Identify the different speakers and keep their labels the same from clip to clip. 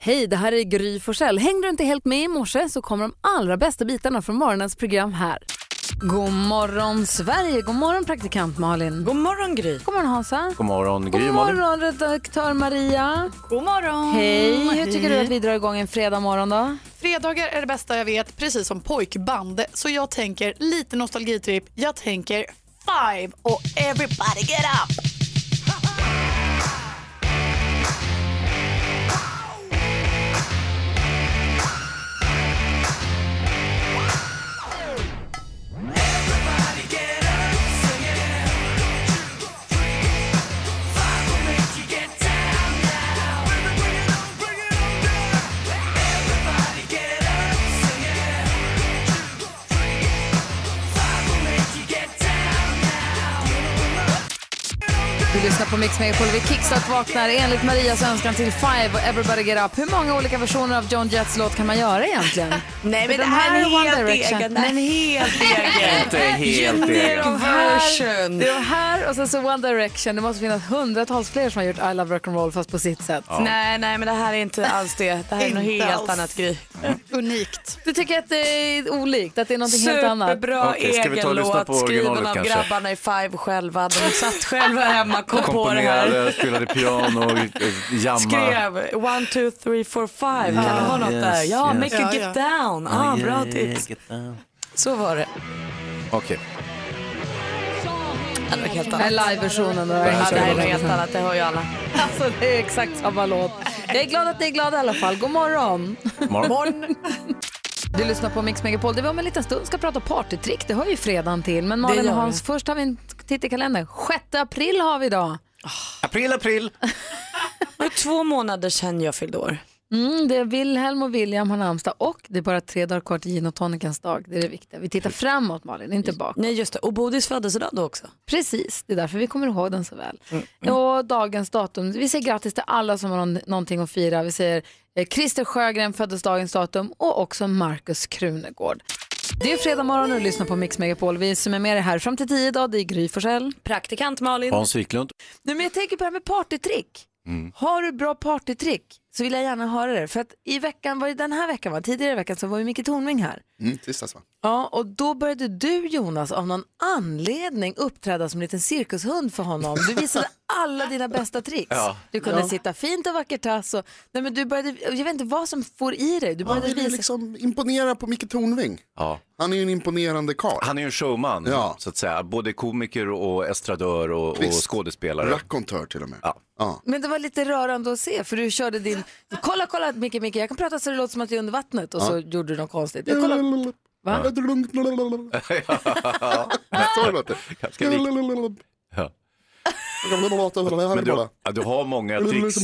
Speaker 1: Hej, det här är Gry Forssell. Hängde du inte helt med i morse så kommer de allra bästa bitarna från morgonens program här. God morgon Sverige, god morgon praktikant Malin.
Speaker 2: God morgon Gry.
Speaker 1: God morgon Hansa.
Speaker 3: God morgon, Gry
Speaker 1: God
Speaker 3: Malin.
Speaker 1: morgon redaktör Maria.
Speaker 2: God morgon.
Speaker 1: Hej, hur tycker du att vi drar igång en fredag morgon då?
Speaker 4: Fredagar är det bästa jag vet, precis som pojkband. Så jag tänker lite nostalgitripp. Jag tänker Five och Everybody Get Up.
Speaker 1: Du lyssnar på Mix Megapol. Vi kickstart vaknar enligt Marias önskan till Five och Everybody Get Up. Hur många olika versioner av John Jets låt kan man göra egentligen?
Speaker 2: Nej men
Speaker 1: Den
Speaker 2: det här är
Speaker 1: här One
Speaker 2: en helt
Speaker 1: Direction.
Speaker 2: egen. En helt egen.
Speaker 3: Inte helt
Speaker 2: Unique
Speaker 3: egen.
Speaker 2: version.
Speaker 1: Det var här och sen så One Direction. Det måste finnas hundratals fler som har gjort I Love Rock'n'Roll fast på sitt sätt.
Speaker 2: Nej, nej men det här är inte alls det. Det här är något
Speaker 4: Inte
Speaker 2: helt
Speaker 4: alls.
Speaker 2: annat Gry.
Speaker 4: Unikt.
Speaker 1: Du tycker att det är olikt, att det är något helt annat?
Speaker 2: Superbra
Speaker 3: Okej, ska vi ta
Speaker 2: egen
Speaker 3: och lyssna
Speaker 2: låt
Speaker 3: på
Speaker 2: skriven
Speaker 3: originalet
Speaker 2: av
Speaker 3: kanske?
Speaker 2: grabbarna i Five själva. De satt själva hemma, kom på det här.
Speaker 3: Komponerade, spelade piano, jamma.
Speaker 2: Skrev one, two, three, four, five. Kan det vara något
Speaker 3: yes,
Speaker 2: där? Ja,
Speaker 3: yes.
Speaker 2: make
Speaker 4: Ja,
Speaker 2: you get
Speaker 4: ja.
Speaker 2: down. Ah, bra tips. Så var det.
Speaker 3: Okej.
Speaker 2: Det var helt annat.
Speaker 1: Nej, live-versionen. då.
Speaker 2: Ja, det här är
Speaker 1: Alltså,
Speaker 2: något helt annat, det hör ju alla.
Speaker 1: det är exakt samma låt. Jag är glad att ni är glada i alla fall. God morgon!
Speaker 3: Morgon.
Speaker 1: Du lyssnar på Mix Megapol. Det var om en liten stund ska prata partytrick. Det hör ju fredagen till. Men
Speaker 2: Det
Speaker 1: Malin
Speaker 2: gör
Speaker 1: och Hans, först har vi en titt i kalendern. 6 april har vi idag.
Speaker 3: April, april.
Speaker 2: Det är två månader sedan jag fyllde år.
Speaker 1: Mm, det är Wilhelm och William har namnsdag och det är bara tre dagar kvar till gin och tonicens dag. Det är det viktiga. Vi tittar framåt Malin, inte bak.
Speaker 2: Nej just det, och Bodis födelsedag då också. Mm,
Speaker 1: Precis, det är därför vi kommer ihåg den så väl. Och dagens datum, vi säger grattis till alla som har någon, någonting att fira. Vi säger eh, Christer Sjögren föddes dagens datum och också Markus Krunegård. Det är fredag morgon och du lyssnar på Mix Megapol. Vi som är med er här fram till tio idag, det är Gry Forssell.
Speaker 2: Praktikant Malin.
Speaker 3: Hans Wiklund. Mm,
Speaker 1: Nej, men jag tänker på det här med partytrick. Har du bra partytrick så vill jag gärna höra det. För att i veckan, var det den här veckan, va? tidigare i veckan så var ju Micke Tornving här.
Speaker 5: Mm, tisdags va?
Speaker 1: Ja, och då började du Jonas av någon anledning uppträda som en liten cirkushund för honom. Du visade alla dina bästa tricks. Du kunde sitta fint och vackert tass och, nej men du började, jag vet inte vad som får i dig. Du
Speaker 5: Han
Speaker 1: började
Speaker 5: vill
Speaker 1: visa.
Speaker 5: liksom imponera på Micke Tornving.
Speaker 3: Ja.
Speaker 5: Han är ju en imponerande karl.
Speaker 3: Han är ju en showman,
Speaker 5: Ja.
Speaker 3: så att säga. Både komiker och estradör och, och
Speaker 5: Visst.
Speaker 3: skådespelare.
Speaker 5: Racontör till och med.
Speaker 3: Ja.
Speaker 1: Men det var lite rörande att se för du körde din, kolla kolla Micke Micke jag kan prata så det låter som att jag är under vattnet och så gjorde du något konstigt. Jag kollar, Va?
Speaker 5: Så låter det.
Speaker 3: Ganska likt. Ja. Men du, ja, du, har många tricks.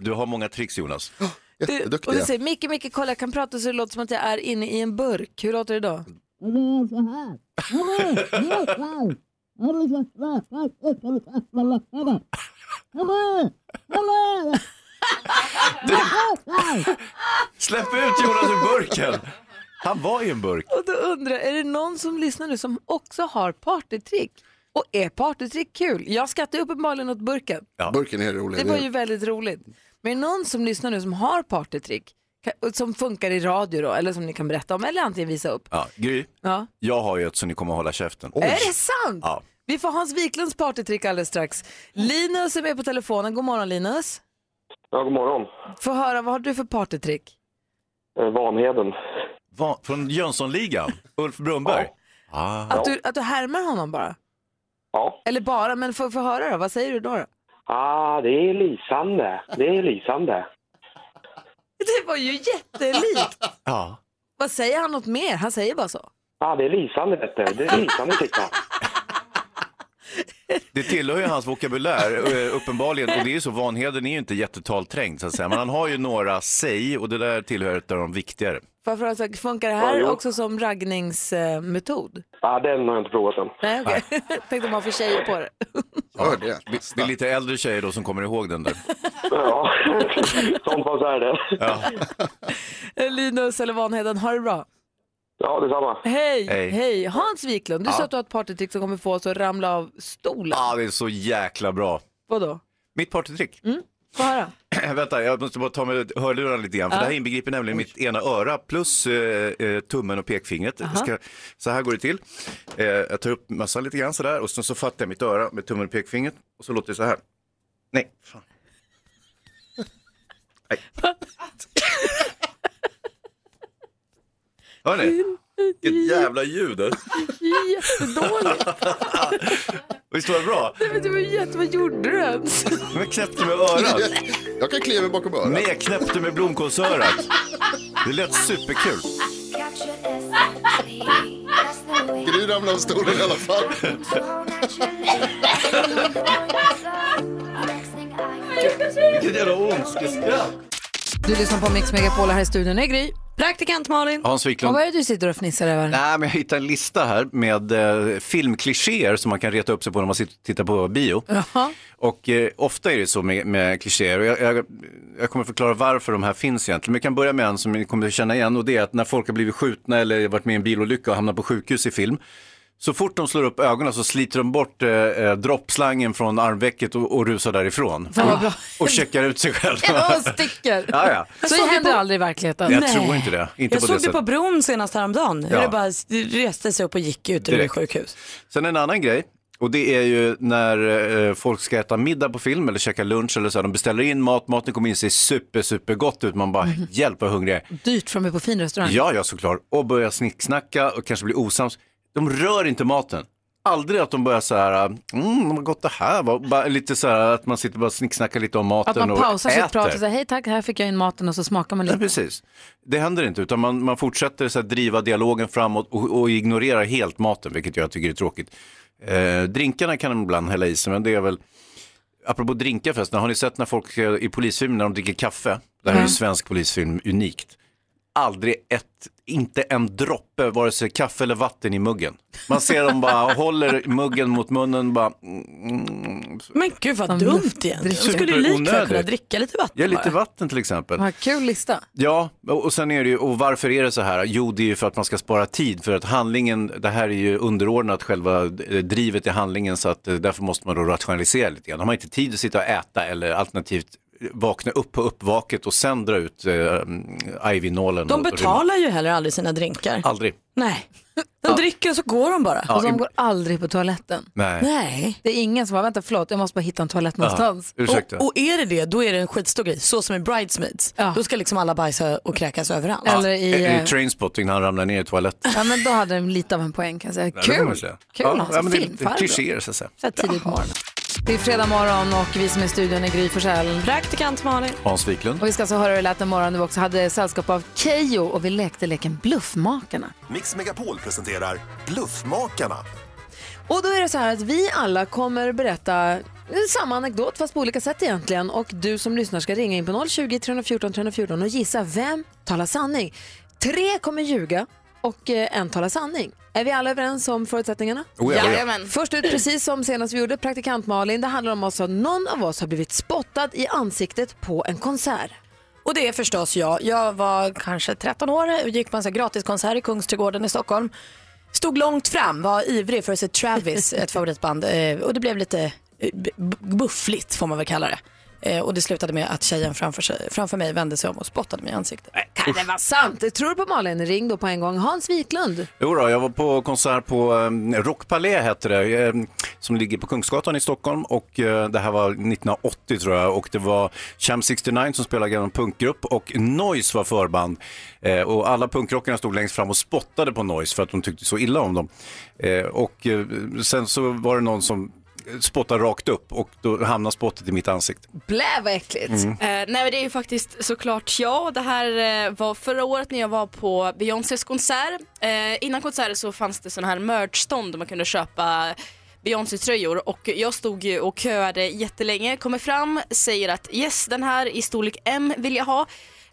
Speaker 3: du har många tricks, Jonas.
Speaker 1: och
Speaker 5: Jätteduktig.
Speaker 1: du säger Micke Micke kolla jag kan prata så det låter som att jag är inne i en burk. Hur låter det då?
Speaker 3: Släpp ut Jonas ur burken! Han var ju en burk.
Speaker 1: Och då undrar jag, är det någon som lyssnar nu som också har partytrick? Och är partytrick kul? Jag skrattar ju uppenbarligen åt burken.
Speaker 5: Burken är rolig.
Speaker 1: Det var ju väldigt roligt. Men är det någon som lyssnar nu som har partytrick? Ka- och Som funkar i radio då, eller som ni kan berätta om, eller antingen visa upp.
Speaker 3: Ja, Gry,
Speaker 1: Ja.
Speaker 3: jag har ju ett så ni kommer hålla käften.
Speaker 1: Är det sant?
Speaker 3: Ja.
Speaker 1: Vi får Hans Wiklunds partytrick alldeles strax. Linus är med på telefonen. God morgon Linus.
Speaker 6: Ja, god morgon.
Speaker 1: Få höra, vad har du för partytrick?
Speaker 6: Eh, Vanheden.
Speaker 3: Va, från Jönssonligan? Ulf Brunnberg? Ah.
Speaker 1: Att, du, att du härmar honom bara?
Speaker 6: Ja.
Speaker 1: Eller bara, men få få höra då. Vad säger du då? då?
Speaker 6: Ah, det är lysande. Det är lysande.
Speaker 1: Det var ju jättelikt.
Speaker 3: Ja.
Speaker 1: Vad säger han något mer? Han säger bara så.
Speaker 6: Ah, det är lysande, vet du. Det är lysande, tycker jag.
Speaker 3: Det tillhör ju hans vokabulär eh, uppenbarligen och det är ju så, Vanheden är ju inte jättetalträngd så att säga, men han har ju några säg och det där tillhör ett av de viktigare.
Speaker 1: Varför alltså, funkar det
Speaker 6: Ja,
Speaker 1: här
Speaker 6: jo.
Speaker 1: också som raggningsmetod?
Speaker 6: Ah, den har jag inte provat än.
Speaker 1: Nej, okej. Tänkte om man får tjejer på det.
Speaker 5: Hör det.
Speaker 3: Det är lite äldre tjejer då som kommer ihåg den där.
Speaker 6: Ja, sånt var så är det.
Speaker 1: Eh, Linus eller Vanheden, ha det bra.
Speaker 6: Ja, detsamma.
Speaker 1: Hej!
Speaker 3: Hej.
Speaker 1: Hans Wiklund, du sa att du har ett partytrick som kommer få oss att ramla av stolen.
Speaker 3: Ah, det är så jäkla bra.
Speaker 1: Vadå?
Speaker 3: Mitt partytrick?
Speaker 1: Mm, Få höra.
Speaker 3: Vänta, jag måste bara ta med hörlurarna lite grann. För det här inbegriper nämligen mitt ena öra plus eh, eh, tummen och pekfingret. Jag Ska, så här går det till. Eh, jag tar upp mössan lite grann sådär och sen så fattar jag mitt öra med tummen och pekfingret och så låter det så här. Nej, fan. Nej. Hör ni? Vilket jävla ljud.
Speaker 1: Jättedåligt.
Speaker 3: Visst var det bra?
Speaker 1: Men det var jätte... Vad gjorde du ens?
Speaker 3: Jag knäppte med örat.
Speaker 5: Jag kan klia mig bakom örat.
Speaker 3: Nej, jag knäppte med blomkålsörat. Det lät superkul.
Speaker 5: Gry ramlade av stolen i alla fall.
Speaker 3: Vilket jävla ondskeskratt.
Speaker 1: Du lyssnar på Mix Megapol här i studion. Är Gry.
Speaker 2: Praktikant Malin.
Speaker 3: Hans
Speaker 1: Och
Speaker 3: Wiklund.
Speaker 1: vad är det du sitter och fnissar över?
Speaker 3: Nej, men jag hittade en lista här med eh, filmklichéer som man kan reta upp sig på när man sitter och tittar på bio.
Speaker 1: Jaha.
Speaker 3: Och eh, ofta är det så med, med klichéer och jag, jag, jag kommer förklara varför de här finns egentligen. Men vi kan börja med en som ni kommer att känna igen och det är att när folk har blivit skjutna eller varit med i en bilolycka och hamnat på sjukhus i film. Så fort de slår upp ögonen så sliter de bort eh, eh, droppslangen från armvecket och, och rusar därifrån.
Speaker 1: Fan vad bra.
Speaker 3: Och, och checkar ut sig själva.
Speaker 1: Och sticker.
Speaker 3: ja, ja.
Speaker 1: Så det händer aldrig i verkligheten.
Speaker 3: Jag
Speaker 1: Nej.
Speaker 3: tror inte det. Inte
Speaker 2: Jag
Speaker 3: på
Speaker 2: såg
Speaker 3: det
Speaker 2: det på
Speaker 3: sättet.
Speaker 2: bron senast häromdagen. Hur
Speaker 3: Ja.
Speaker 2: det bara reste sig upp och gick ut ur
Speaker 3: Direkt.
Speaker 2: sjukhus.
Speaker 3: Sen en annan grej. Och det är ju när eh, folk ska äta middag på film eller käka lunch eller så. här. De beställer in mat, maten kommer in, ser super, super gott ut. Man bara,
Speaker 1: Mhm.
Speaker 3: hjälp vad hungrig jag är.
Speaker 1: Dyrt för mig på fin restaurang.
Speaker 3: Ja, ja såklart. Och börjar snicksnacka och kanske blir osams. De rör inte maten. Aldrig att de börjar så här, mm, vad gott det här var. Bara lite så här att man sitter och bara snicksnackar lite om maten
Speaker 1: Att man
Speaker 3: och
Speaker 1: pausar
Speaker 3: äter.
Speaker 1: sitt prat och säger hej tack, här fick jag in maten och så smakar man
Speaker 3: Ja,
Speaker 1: lite.
Speaker 3: precis. Det händer inte, utan man, man fortsätter så här, driva dialogen framåt och, och ignorerar helt maten, vilket jag tycker är tråkigt. Eh, drinkarna kan man ibland hälla i sig, men det är väl... Apropå drinkar förresten, har ni sett när folk eh, i polisfilmer när de dricker kaffe? Det här är ju svensk polisfilm, unikt. Aldrig ett, inte en droppe, vare sig kaffe eller vatten i muggen. Man ser dem bara håller muggen mot munnen, bara... Mm,
Speaker 2: Men gud vad
Speaker 1: Som
Speaker 2: dumt
Speaker 1: luft-
Speaker 2: egentligen.
Speaker 1: dricker.
Speaker 2: Jag skulle ju likväl kunna
Speaker 3: Superonödigt.
Speaker 2: dricka lite vatten
Speaker 3: ja, lite
Speaker 2: bara.
Speaker 3: vatten till exempel.
Speaker 1: Vad kul lista.
Speaker 3: Ja, och och sen är det ju, och varför är det så här? Jo, det är ju för att man ska spara tid, för att handlingen, det här är ju underordnat själva eh, drivet i handlingen, så att eh, därför måste man då rationalisera lite grann. Har man inte tid att sitta och äta eller alternativt eh, vakna upp på uppvaket och sen dra ut eh, mm, Ivy-nålen.
Speaker 2: De
Speaker 3: och- och
Speaker 2: betalar ju heller aldrig sina drinkar.
Speaker 3: rymma. Aldrig.
Speaker 2: Nej, de dricker och så går de bara.
Speaker 1: Och
Speaker 3: Ja,
Speaker 1: de
Speaker 3: i-
Speaker 1: går aldrig på toaletten.
Speaker 3: Nej,
Speaker 2: Nej.
Speaker 1: Det är ingen som bara, vänta förlåt, jag måste bara hitta en toalett någonstans.
Speaker 3: ursäkta.
Speaker 2: Och, och är det det, då är det en skitstor grej. Så som i Bridesmaids.
Speaker 1: Ja.
Speaker 2: Då ska liksom alla bajsa och kräkas överallt.
Speaker 1: Eller
Speaker 3: I,
Speaker 1: i...
Speaker 3: I,
Speaker 1: eh,
Speaker 3: Trainspotting när han ramlar ner i toaletten.
Speaker 1: Ja men då hade de lite av en poäng kan jag säga.
Speaker 3: Det får man
Speaker 1: Kul!
Speaker 3: säga.
Speaker 1: Kul alltså,
Speaker 3: men det- det är
Speaker 1: filmfarbror.
Speaker 3: Klichéer så att säga.
Speaker 1: Så här tidigt på morgonen. Det är fredag morgon och vi som är i studion är Gry Forssell.
Speaker 2: Praktikant Malin.
Speaker 3: Hans Wiklund.
Speaker 1: Och vi ska så höra hur det lät en morgon när vi också hade sällskap av Keyyo och vi lekte leken Bluffmakarna.
Speaker 7: Mix Megapol presenterar Bluffmakarna.
Speaker 1: Och då är det så här att vi alla kommer berätta eh, samma anekdot fast på olika sätt egentligen och du som lyssnar ska ringa in på 020 314 314 och gissa vem talar sanning. Tre kommer ljuga och eh, en talar sanning. Är vi alla överens om förutsättningarna?
Speaker 3: Oh, ja, oh, ja.
Speaker 8: Jajamän.
Speaker 1: Först ut, precis som senast vi gjorde, praktikant Malin. Det handlar om oss att någon av oss har blivit spottad i ansiktet på en konsert.
Speaker 2: Och det är förstås jag. Jag var kanske 13 år och gick på en sån här gratiskonsert i Kungsträdgården i Stockholm. Stod långt fram, var ivrig för att se Travis, ett favoritband. eh, Och det blev lite eh, b- b- buffligt får man väl kalla det. Eh, Och det slutade med att tjejen framför, sig, framför mig vände sig om och spottade mig i ansiktet.
Speaker 1: Kan det vara sant? Det tror du på Malin? Ring då på en gång. Hans Wiklund.
Speaker 3: Jo då, jag var på konsert på um, Rockpalais hette det, ehm, som ligger på Kungsgatan i Stockholm och eh, det här var 1980 tror jag och det var Cham 69 som spelade en punkgrupp och Noise var förband Eh, och alla punkrockarna stod längst fram och spottade på Noise för att de tyckte så illa om dem. Eh, och eh, sen så var det någon som spottade rakt upp och då hamnade spottet i mitt ansikte.
Speaker 1: Blä vad äckligt.
Speaker 8: Eh, nej men det är ju faktiskt såklart jag. Det här eh, var förra året när jag var på Beyoncés konsert. Eh, innan konserten så fanns det sådana här merch-stånd där man kunde köpa Beyoncé-tröjor och jag stod ju och köade jättelänge, kommer fram, säger att yes den här i storlek M vill jag ha.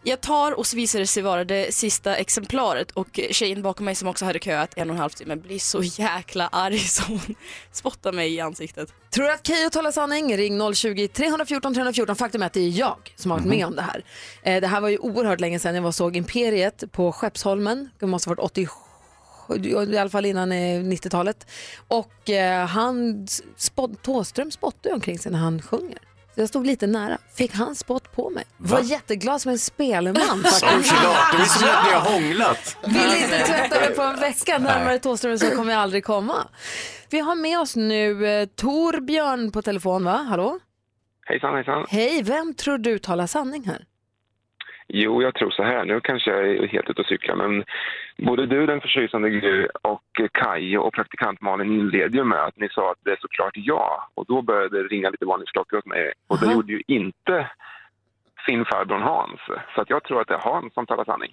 Speaker 8: Jag tar och så visar det sig vara det sista exemplaret och tjejen bakom mig som också hade köat en och en halv timme blir så jäkla arg så hon spottar mig i ansiktet.
Speaker 1: Tror du att Keyyo talar sanning? Ring 020-314 314. Faktum är att det är jag som har varit med om det här. Eh, Det här var ju oerhört länge sedan jag var och såg Imperiet på Skeppsholmen. Det måste ha varit 87, i alla fall innan eh, 90-talet. Och eh, han, spott, Thåström spottar ju omkring sig när han sjunger. Så jag stod lite nära. Fick han spott på mig. Var jätteglad som en spelman
Speaker 3: Som
Speaker 1: faktiskt.
Speaker 3: gelat, det är som att ni har hånglat.
Speaker 1: Vill inte tvätta mig på en vecka. Närmare Thåström så kommer jag aldrig komma. Vi har med oss nu eh, Torbjörn på telefon va? Hallå?
Speaker 6: Hejsan, hejsan.
Speaker 1: Hej, vem tror du talar sanning här?
Speaker 6: Jo, jag tror så här. Nu kanske jag är helt ute och cyklar, men både du, den förtjusande Gry, och Kaj och praktikant Malin inledde ju med att ni sa att det är såklart ja. Och då började det ringa lite varningsklockor åt mig. Och det
Speaker 1: Aha.
Speaker 6: gjorde ju inte sin farbror Hans. Så att jag tror att det är Hans som talar sanning.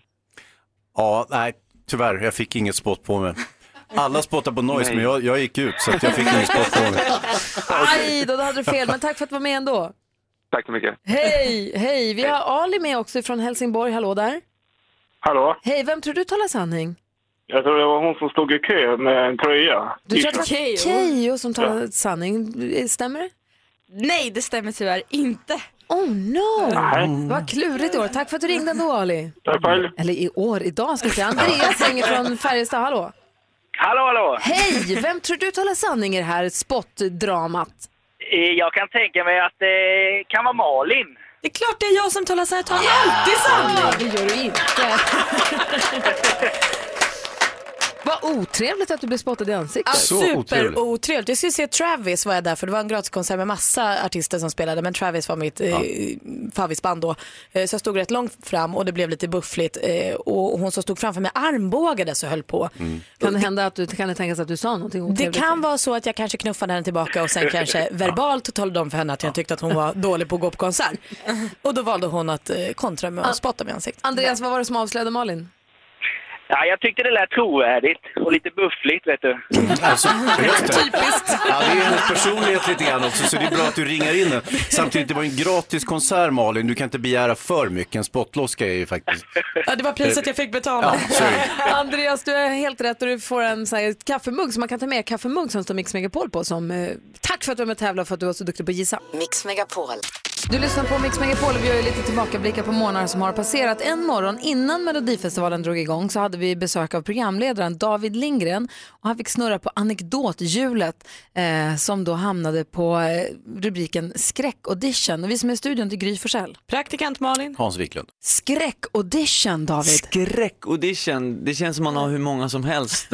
Speaker 3: Ja, nej, tyvärr, jag fick inget spott på mig. Alla spottar på noise,
Speaker 6: Nej.
Speaker 3: men jag, jag gick ut så att jag fick inget spott på mig.
Speaker 1: Aj då, då hade du fel. Men tack för att du var med ändå.
Speaker 6: Tack så mycket.
Speaker 1: Hej, hej. Vi har Ali med också från Helsingborg. Hallå där.
Speaker 9: Hallå?
Speaker 1: Hej, vem tror du talar sanning?
Speaker 9: Jag tror det var hon som stod i kö med en tröja.
Speaker 1: Du tror att det
Speaker 8: Keyyo.
Speaker 1: var Keyyo som talar sanning. Stämmer det?
Speaker 8: Nej, det stämmer tyvärr inte.
Speaker 1: Oh no!
Speaker 9: Nej.
Speaker 1: Vad klurigt i år. Tack för att du ringde ändå Ali.
Speaker 9: Tack själv.
Speaker 1: Eller i år, idag ska jag säga. Andreas ringer från Färjestad. Hallå.
Speaker 9: Hallå, hallå!
Speaker 1: Hej, vem tror du talar sanning i det här spottdramat?
Speaker 9: Eh, Jag kan tänka mig att det kan vara Malin.
Speaker 2: Det är klart det är jag som talar så här. Jag talar alltid sanning.
Speaker 1: Nej, det gör du inte. Vad otrevligt att du blev spottad i ansiktet.
Speaker 3: Så otrevligt.
Speaker 2: Superotrevligt. Jag skulle se Travis var jag där för det var en gratiskonsert med massa artister som spelade men Travis var mitt eh, favvisband då. Eh, så jag stod rätt långt fram och det blev lite buffligt eh, och hon som stod framför mig armbågades och höll på.
Speaker 1: Kan det hända att du kan det tänkas att du sa någonting
Speaker 2: Det
Speaker 1: otrevligt?
Speaker 2: kan vara så att jag kanske knuffade henne tillbaka och sen kanske verbalt talade om för henne att jag tyckte att hon var dålig på att gå på konsert. Och då valde hon att eh, kontra med att spotta mig i ansiktet.
Speaker 1: Andreas, vad var det som avslöjade Malin?
Speaker 9: Ja, jag tyckte det lät trovärdigt och lite buffligt, vet du.
Speaker 3: Alltså, just det. Ja, det är hennes personlighet lite grann också, så det är bra att du ringar in den. Samtidigt, det var en gratis konsert Malin, du kan inte begära för mycket. En spottloska är ju faktiskt...
Speaker 2: Ja, det var priset jag fick betala.
Speaker 3: Ja, så är det.
Speaker 1: Andreas, du är helt rätt och du får en sån här kaffemugg som man kan ta med, kaffemugg som står Mix Megapol på. Som, eh, tack för att du var med och tävlade och för att du var så duktig på att gissa.
Speaker 10: Mix Megapol.
Speaker 1: Du lyssnar på Mix Megapol och vi gör ju lite tillbakablickar på månader som har passerat. En morgon innan Melodifestivalen drog igång så hade vi besök av programledaren David Lindgren och han fick snurra på anekdothjulet eh, som då hamnade på eh, rubriken skräckaudition. Och vi som är i studion till Gry Forssell.
Speaker 2: Praktikant Malin.
Speaker 3: Hans Wiklund.
Speaker 1: Skräckaudition David.
Speaker 11: Skräckaudition, det känns som man har hur många som helst.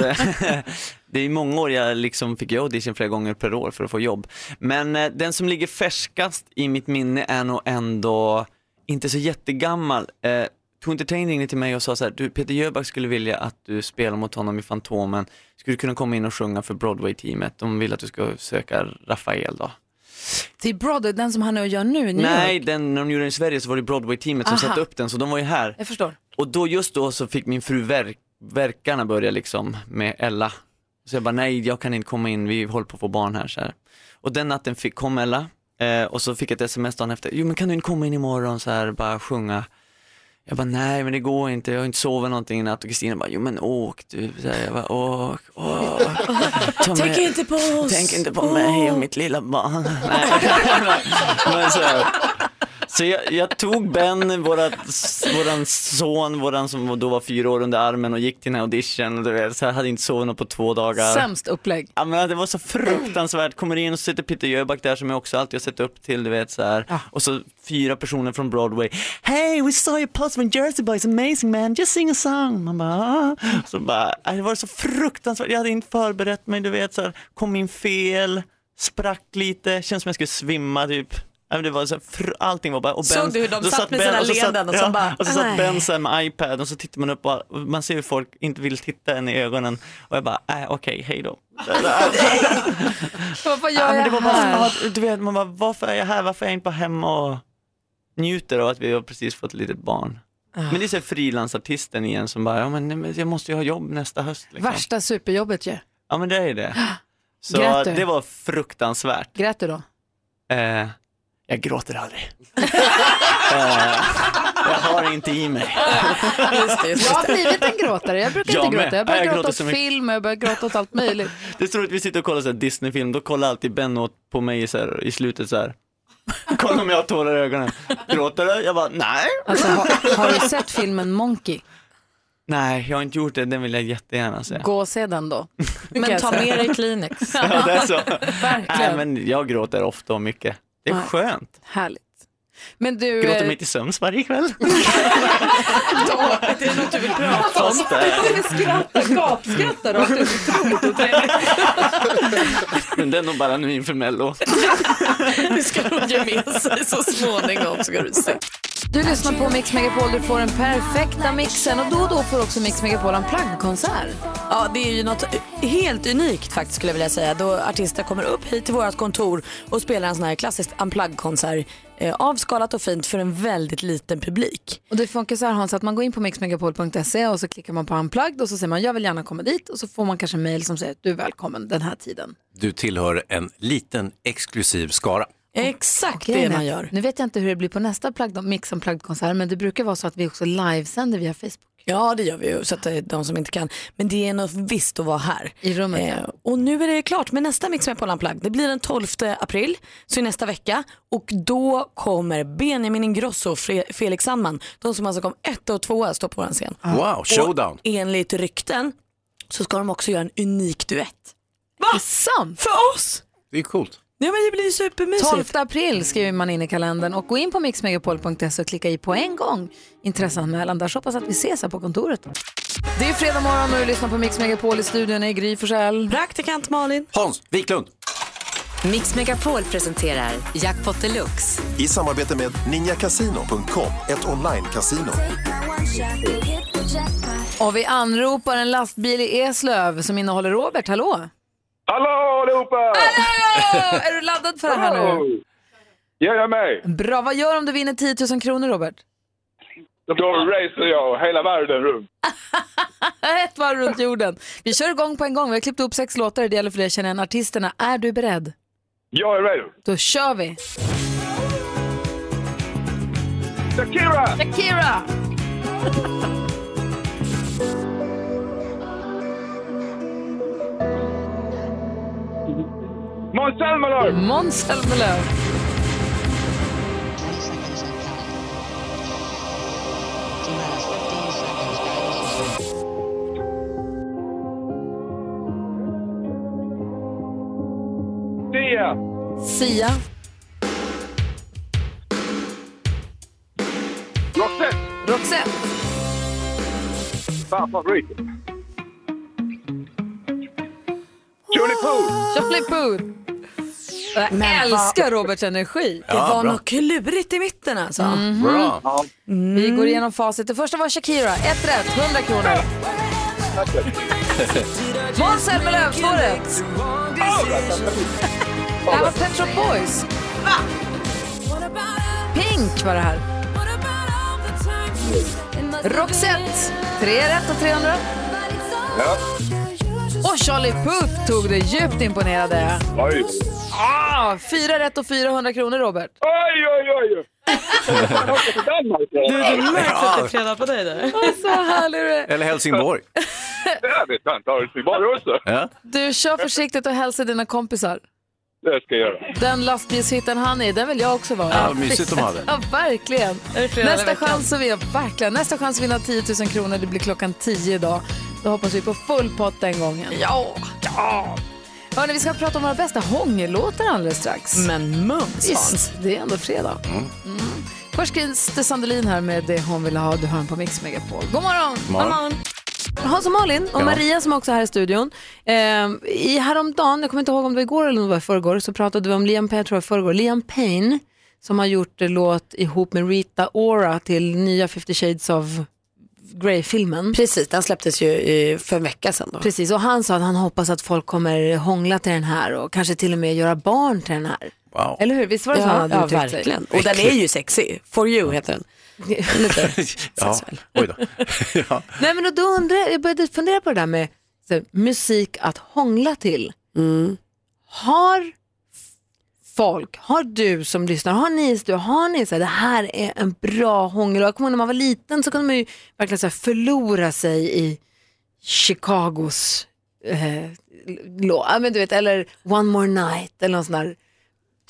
Speaker 11: det är ju många år jag liksom fick göra audition flera gånger per år för att få jobb. Men eh, den som ligger färskast i mitt minne är nog ändå inte så jättegammal. Eh, Too Entertain ringde till mig och sa så här, du Peter Jöback skulle vilja att du spelar mot honom i Fantomen. Skulle du kunna komma in och sjunga för Broadway-teamet? De vill att du ska söka Rafael då.
Speaker 1: Till Broadway, den som han nu gör nu i New
Speaker 11: Nej,
Speaker 1: York.
Speaker 11: den, när de gjorde den i Sverige så var det Broadway-teamet som
Speaker 1: Aha.
Speaker 11: satte upp den, så de var ju här.
Speaker 1: Jag förstår.
Speaker 11: Och då just då så fick min fru verk, verkarna börja liksom med Ella. Så jag bara nej jag kan inte komma in, vi håller på att få barn här. Så här. Och den natten fick, kom Ella eh, och så fick jag ett sms dagen efter, jo men kan du inte komma in imorgon så här bara sjunga. Jag bara nej men det går inte, jag har inte sovit någonting i natt och Kristina bara jo men åk du. Så här, jag bara åk, åk. Ta med-
Speaker 2: Tänk inte på oss.
Speaker 11: Tänk inte på mig och mitt lilla barn. Nej. Men så här. så jag, jag tog Ben, vårat, våran son, våran som då var fyra år under armen och gick till den här audition. Och du vet, så jag hade inte sovit något på två dagar.
Speaker 1: Sämst upplägg.
Speaker 11: Ja, men det var så fruktansvärt. Kommer in och sitter Peter Jöback där som jag också alltid har sett upp till, du vet så här. Och så fyra personer från Broadway. Hey, we saw your post from Jersey Boys, amazing man, just sing a song. Man bara, ah. Så bara, ja, det var så fruktansvärt. Jag hade inte förberett mig, du vet så här. Kom in fel, sprack lite, känns som jag skulle svimma typ. Ja, men Det var så här, fr- allting var bara, och
Speaker 2: Såg du hur de
Speaker 11: då
Speaker 2: satt med sina
Speaker 11: och så satt-
Speaker 2: leenden och så
Speaker 11: ja,
Speaker 2: bara,
Speaker 11: och så satt
Speaker 2: "Nej."
Speaker 11: Ben så här med iPad och så tittar man upp och och man ser hur folk inte vill titta en i ögonen och jag bara, äh, okej, hej då.
Speaker 1: Vad
Speaker 11: Ja,
Speaker 1: gör
Speaker 11: men
Speaker 1: jag
Speaker 11: det var bara som
Speaker 1: här?
Speaker 11: att, du vet, man bara, varför är jag här? Varför är jag inte bara hemma och njuter av att vi har precis fått ett litet barn?
Speaker 1: Ah.
Speaker 11: Men det är så här frilansartisten igen som bara, ja men nej, men jag måste ju ha jobb nästa höst. Liksom.
Speaker 1: Värsta superjobbet ju.
Speaker 11: Ja men det är det. Så
Speaker 1: Grät du?
Speaker 11: det var fruktansvärt.
Speaker 1: Grät du då?
Speaker 11: Eh, jag gråter aldrig. eh, jag har det inte i mig.
Speaker 2: Just det, just
Speaker 1: Jag
Speaker 2: det.
Speaker 1: har blivit en gråtare. Jag brukar
Speaker 11: Jag
Speaker 1: inte
Speaker 11: med.
Speaker 1: gråta. Jag
Speaker 11: Ja,
Speaker 1: börjar
Speaker 11: jag
Speaker 1: gråta
Speaker 11: gråter
Speaker 1: åt
Speaker 11: så mycket.
Speaker 1: film och jag börjar gråta åt allt möjligt.
Speaker 11: Det är så roligt, vi sitter och kollar så här Disney-film, då kollar alltid Ben åt på mig så här, i slutet så här. Kolla om jag har tårar i ögonen. Gråter du? Jag bara, nej.
Speaker 1: Alltså, har, har du sett filmen Monkey?
Speaker 11: Nej, jag har inte gjort det. Den vill jag jättegärna se.
Speaker 1: Gå och se den då.
Speaker 2: Men ta med dig Kleenex.
Speaker 11: Ja, det är så.
Speaker 1: Verkligen.
Speaker 11: Nej, men jag gråter ofta och mycket. Det Det är
Speaker 1: Nej.
Speaker 11: skönt.
Speaker 1: Härligt. Men du...
Speaker 11: Gråter
Speaker 1: eh,
Speaker 11: mig till sömns varje kväll.
Speaker 1: det är något du vill
Speaker 11: prata om. Fast det är-
Speaker 1: Varför skrattar Gapskrattar du? åt det?
Speaker 11: Men det är nog bara nu inför mello.
Speaker 2: Det ska de ge med sig så småningom ska du se.
Speaker 1: Du lyssnar på Mix Megapol, du får den perfekta mixen och då och då får också Mix Megapol en plaggkonsert.
Speaker 2: Ja, det är ju något helt unikt faktiskt skulle jag vilja säga. Då artister kommer upp hit till vårt kontor och spelar en sån här klassisk unplugged-konsert. Eh, avskalat och fint för en väldigt liten publik.
Speaker 1: Och det funkar så här Hans, att man går in på mixmegapol.se och så klickar man på unplugged och så säger man jag vill gärna komma dit och så får man kanske en mail som säger du är välkommen den här tiden.
Speaker 3: Du tillhör en liten exklusiv skara.
Speaker 2: Exakt
Speaker 1: Grejen
Speaker 2: det
Speaker 1: är-
Speaker 2: man gör.
Speaker 1: Nu vet jag inte hur det blir på nästa plagg, Mix Unplugged-konsert men det brukar vara så att vi också livesänder via Facebook.
Speaker 2: Ja, det gör vi ju, så att det är de som inte kan. Men det är något visst att vara här.
Speaker 1: I rummet,
Speaker 2: Eh, och nu är det klart med nästa Mix med på Unplugged. Det blir den 12 april, så i nästa vecka. Och då kommer Benjamin Ingrosso och Fre- Felix Sandman, de som alltså kom ett och tvåa, stå på vår scen.
Speaker 3: Wow, showdown.
Speaker 2: Och enligt rykten så ska de också göra en unik duett.
Speaker 1: Va? Sant?
Speaker 2: För oss?
Speaker 3: Det är coolt.
Speaker 2: Nej men det blir ju supermysigt.
Speaker 1: 12 april skriver man in i kalendern och gå in på mixmegapol.se och klicka i på en gång intresseanmälan där. Så hoppas att vi ses här på kontoret. Det är fredag morgon och du lyssnar på Mix Megapol i studion i Gry Forssell.
Speaker 2: Praktikant Malin.
Speaker 3: Hans Wiklund.
Speaker 10: Mix Megapol presenterar Jackpot Deluxe.
Speaker 7: I samarbete med ninjakasino.com, ett online-casino.
Speaker 1: Och vi anropar en lastbil i Eslöv som innehåller Robert. Hallå!
Speaker 12: Hallå allihopa!
Speaker 1: Hallå! Är du laddad för det här nu?
Speaker 12: Ja, jag är med.
Speaker 1: Bra, vad gör du om du vinner 10 000 kronor Robert?
Speaker 12: Då racer jag hela världen runt.
Speaker 1: Ett varv runt jorden. Vi kör igång på en gång. Vi har klippt upp sex låtar. Det gäller för dig att känna igen artisterna. Är du beredd?
Speaker 12: Jag är redo.
Speaker 1: Då kör vi!
Speaker 12: Shakira!
Speaker 1: Shakira!
Speaker 12: Måns Zelmerlöw!
Speaker 1: Måns Zelmerlöw!
Speaker 12: Sia!
Speaker 1: Sia.
Speaker 12: Roxette!
Speaker 1: Roxette!
Speaker 12: Fan, favorit. Johnny Pool!
Speaker 1: Charlie Puth! Jag
Speaker 2: Men vad-
Speaker 1: älskar Roberts energi.
Speaker 2: Det var något klurigt i mitten alltså.
Speaker 1: Mhm. Bra. Vi går igenom facit. Det första var Shakira. Ett rätt, 100 kronor. Måns Zelmerlöw, två rätt. Det här var Pet Shop Boys. Pink var det här. Roxette, tre rätt och 300.
Speaker 12: Ja.
Speaker 1: Och Charlie Puth tog det. Djupt imponerade jag.
Speaker 12: Oj.
Speaker 1: Ah, fyra rätt och 400 kronor, Robert.
Speaker 12: Oj, oj, oj! Jag åker till Danmark.
Speaker 1: fredag på dig där. Så härlig du är.
Speaker 3: Eller Helsingborg.
Speaker 12: Ja, det är sant. Har du Helsingborg också?
Speaker 3: Ja.
Speaker 1: Du, kör försiktigt och hälsa dina kompisar.
Speaker 12: Det ska jag göra.
Speaker 1: Den lastbilshytten han är i, den vill jag också vara i.
Speaker 12: Ja, mysigt de hade.
Speaker 1: Ja, verkligen.
Speaker 12: fredag
Speaker 1: Nästa
Speaker 12: veckan?
Speaker 1: chans, att vinna, verkligen. Nästa chans att vinna 10 000 kronor, det blir klockan 10 idag. Då hoppas vi på full pott den gången. Ja! ja. Hörni, vi ska prata om våra bästa hångellåtar alldeles strax.
Speaker 2: Men mums,
Speaker 1: Visst, det är ändå fredag. Mm. Först Christer Sandelin här med det hon vill ha. Du hör honom på Mix Megapol. God morgon!
Speaker 2: God morgon. God morgon.
Speaker 1: Hans och Malin och
Speaker 2: Ja.
Speaker 1: Maria som också är här i studion. Eh, i häromdagen, jag kommer inte ihåg om det var igår eller om det var i förrgår, så pratade vi om Liam Payne, jag tror jag förrgår, Liam Payne som har gjort eh, låt ihop med Rita Ora till nya 50 shades of Grey-filmen.
Speaker 2: Precis, den släpptes ju i- för en vecka sedan. Då.
Speaker 1: Precis, och han sa att han hoppas att folk kommer hångla till den här och kanske till och med göra barn till den här.
Speaker 3: Wow.
Speaker 1: Eller hur? Visst var det så han hade
Speaker 2: Ja, ja
Speaker 1: uttryckt sig?
Speaker 2: verkligen. Och den är ju sexy. For you heter den. Lite.
Speaker 3: Ja. Oj då. ja.
Speaker 1: Nej men och då undrar jag, jag började fundera på det där med så, här, musik att hångla till.
Speaker 2: Mm.
Speaker 1: Har f- folk, har du som lyssnar, har ni i studion, har ni så här, det här är en bra hångel. Och Jag kommer ihåg när man var liten så kunde man ju verkligen så här, förlora sig i Chicagos eh, lå- ja, men du vet, eller One More Night eller någon sån där.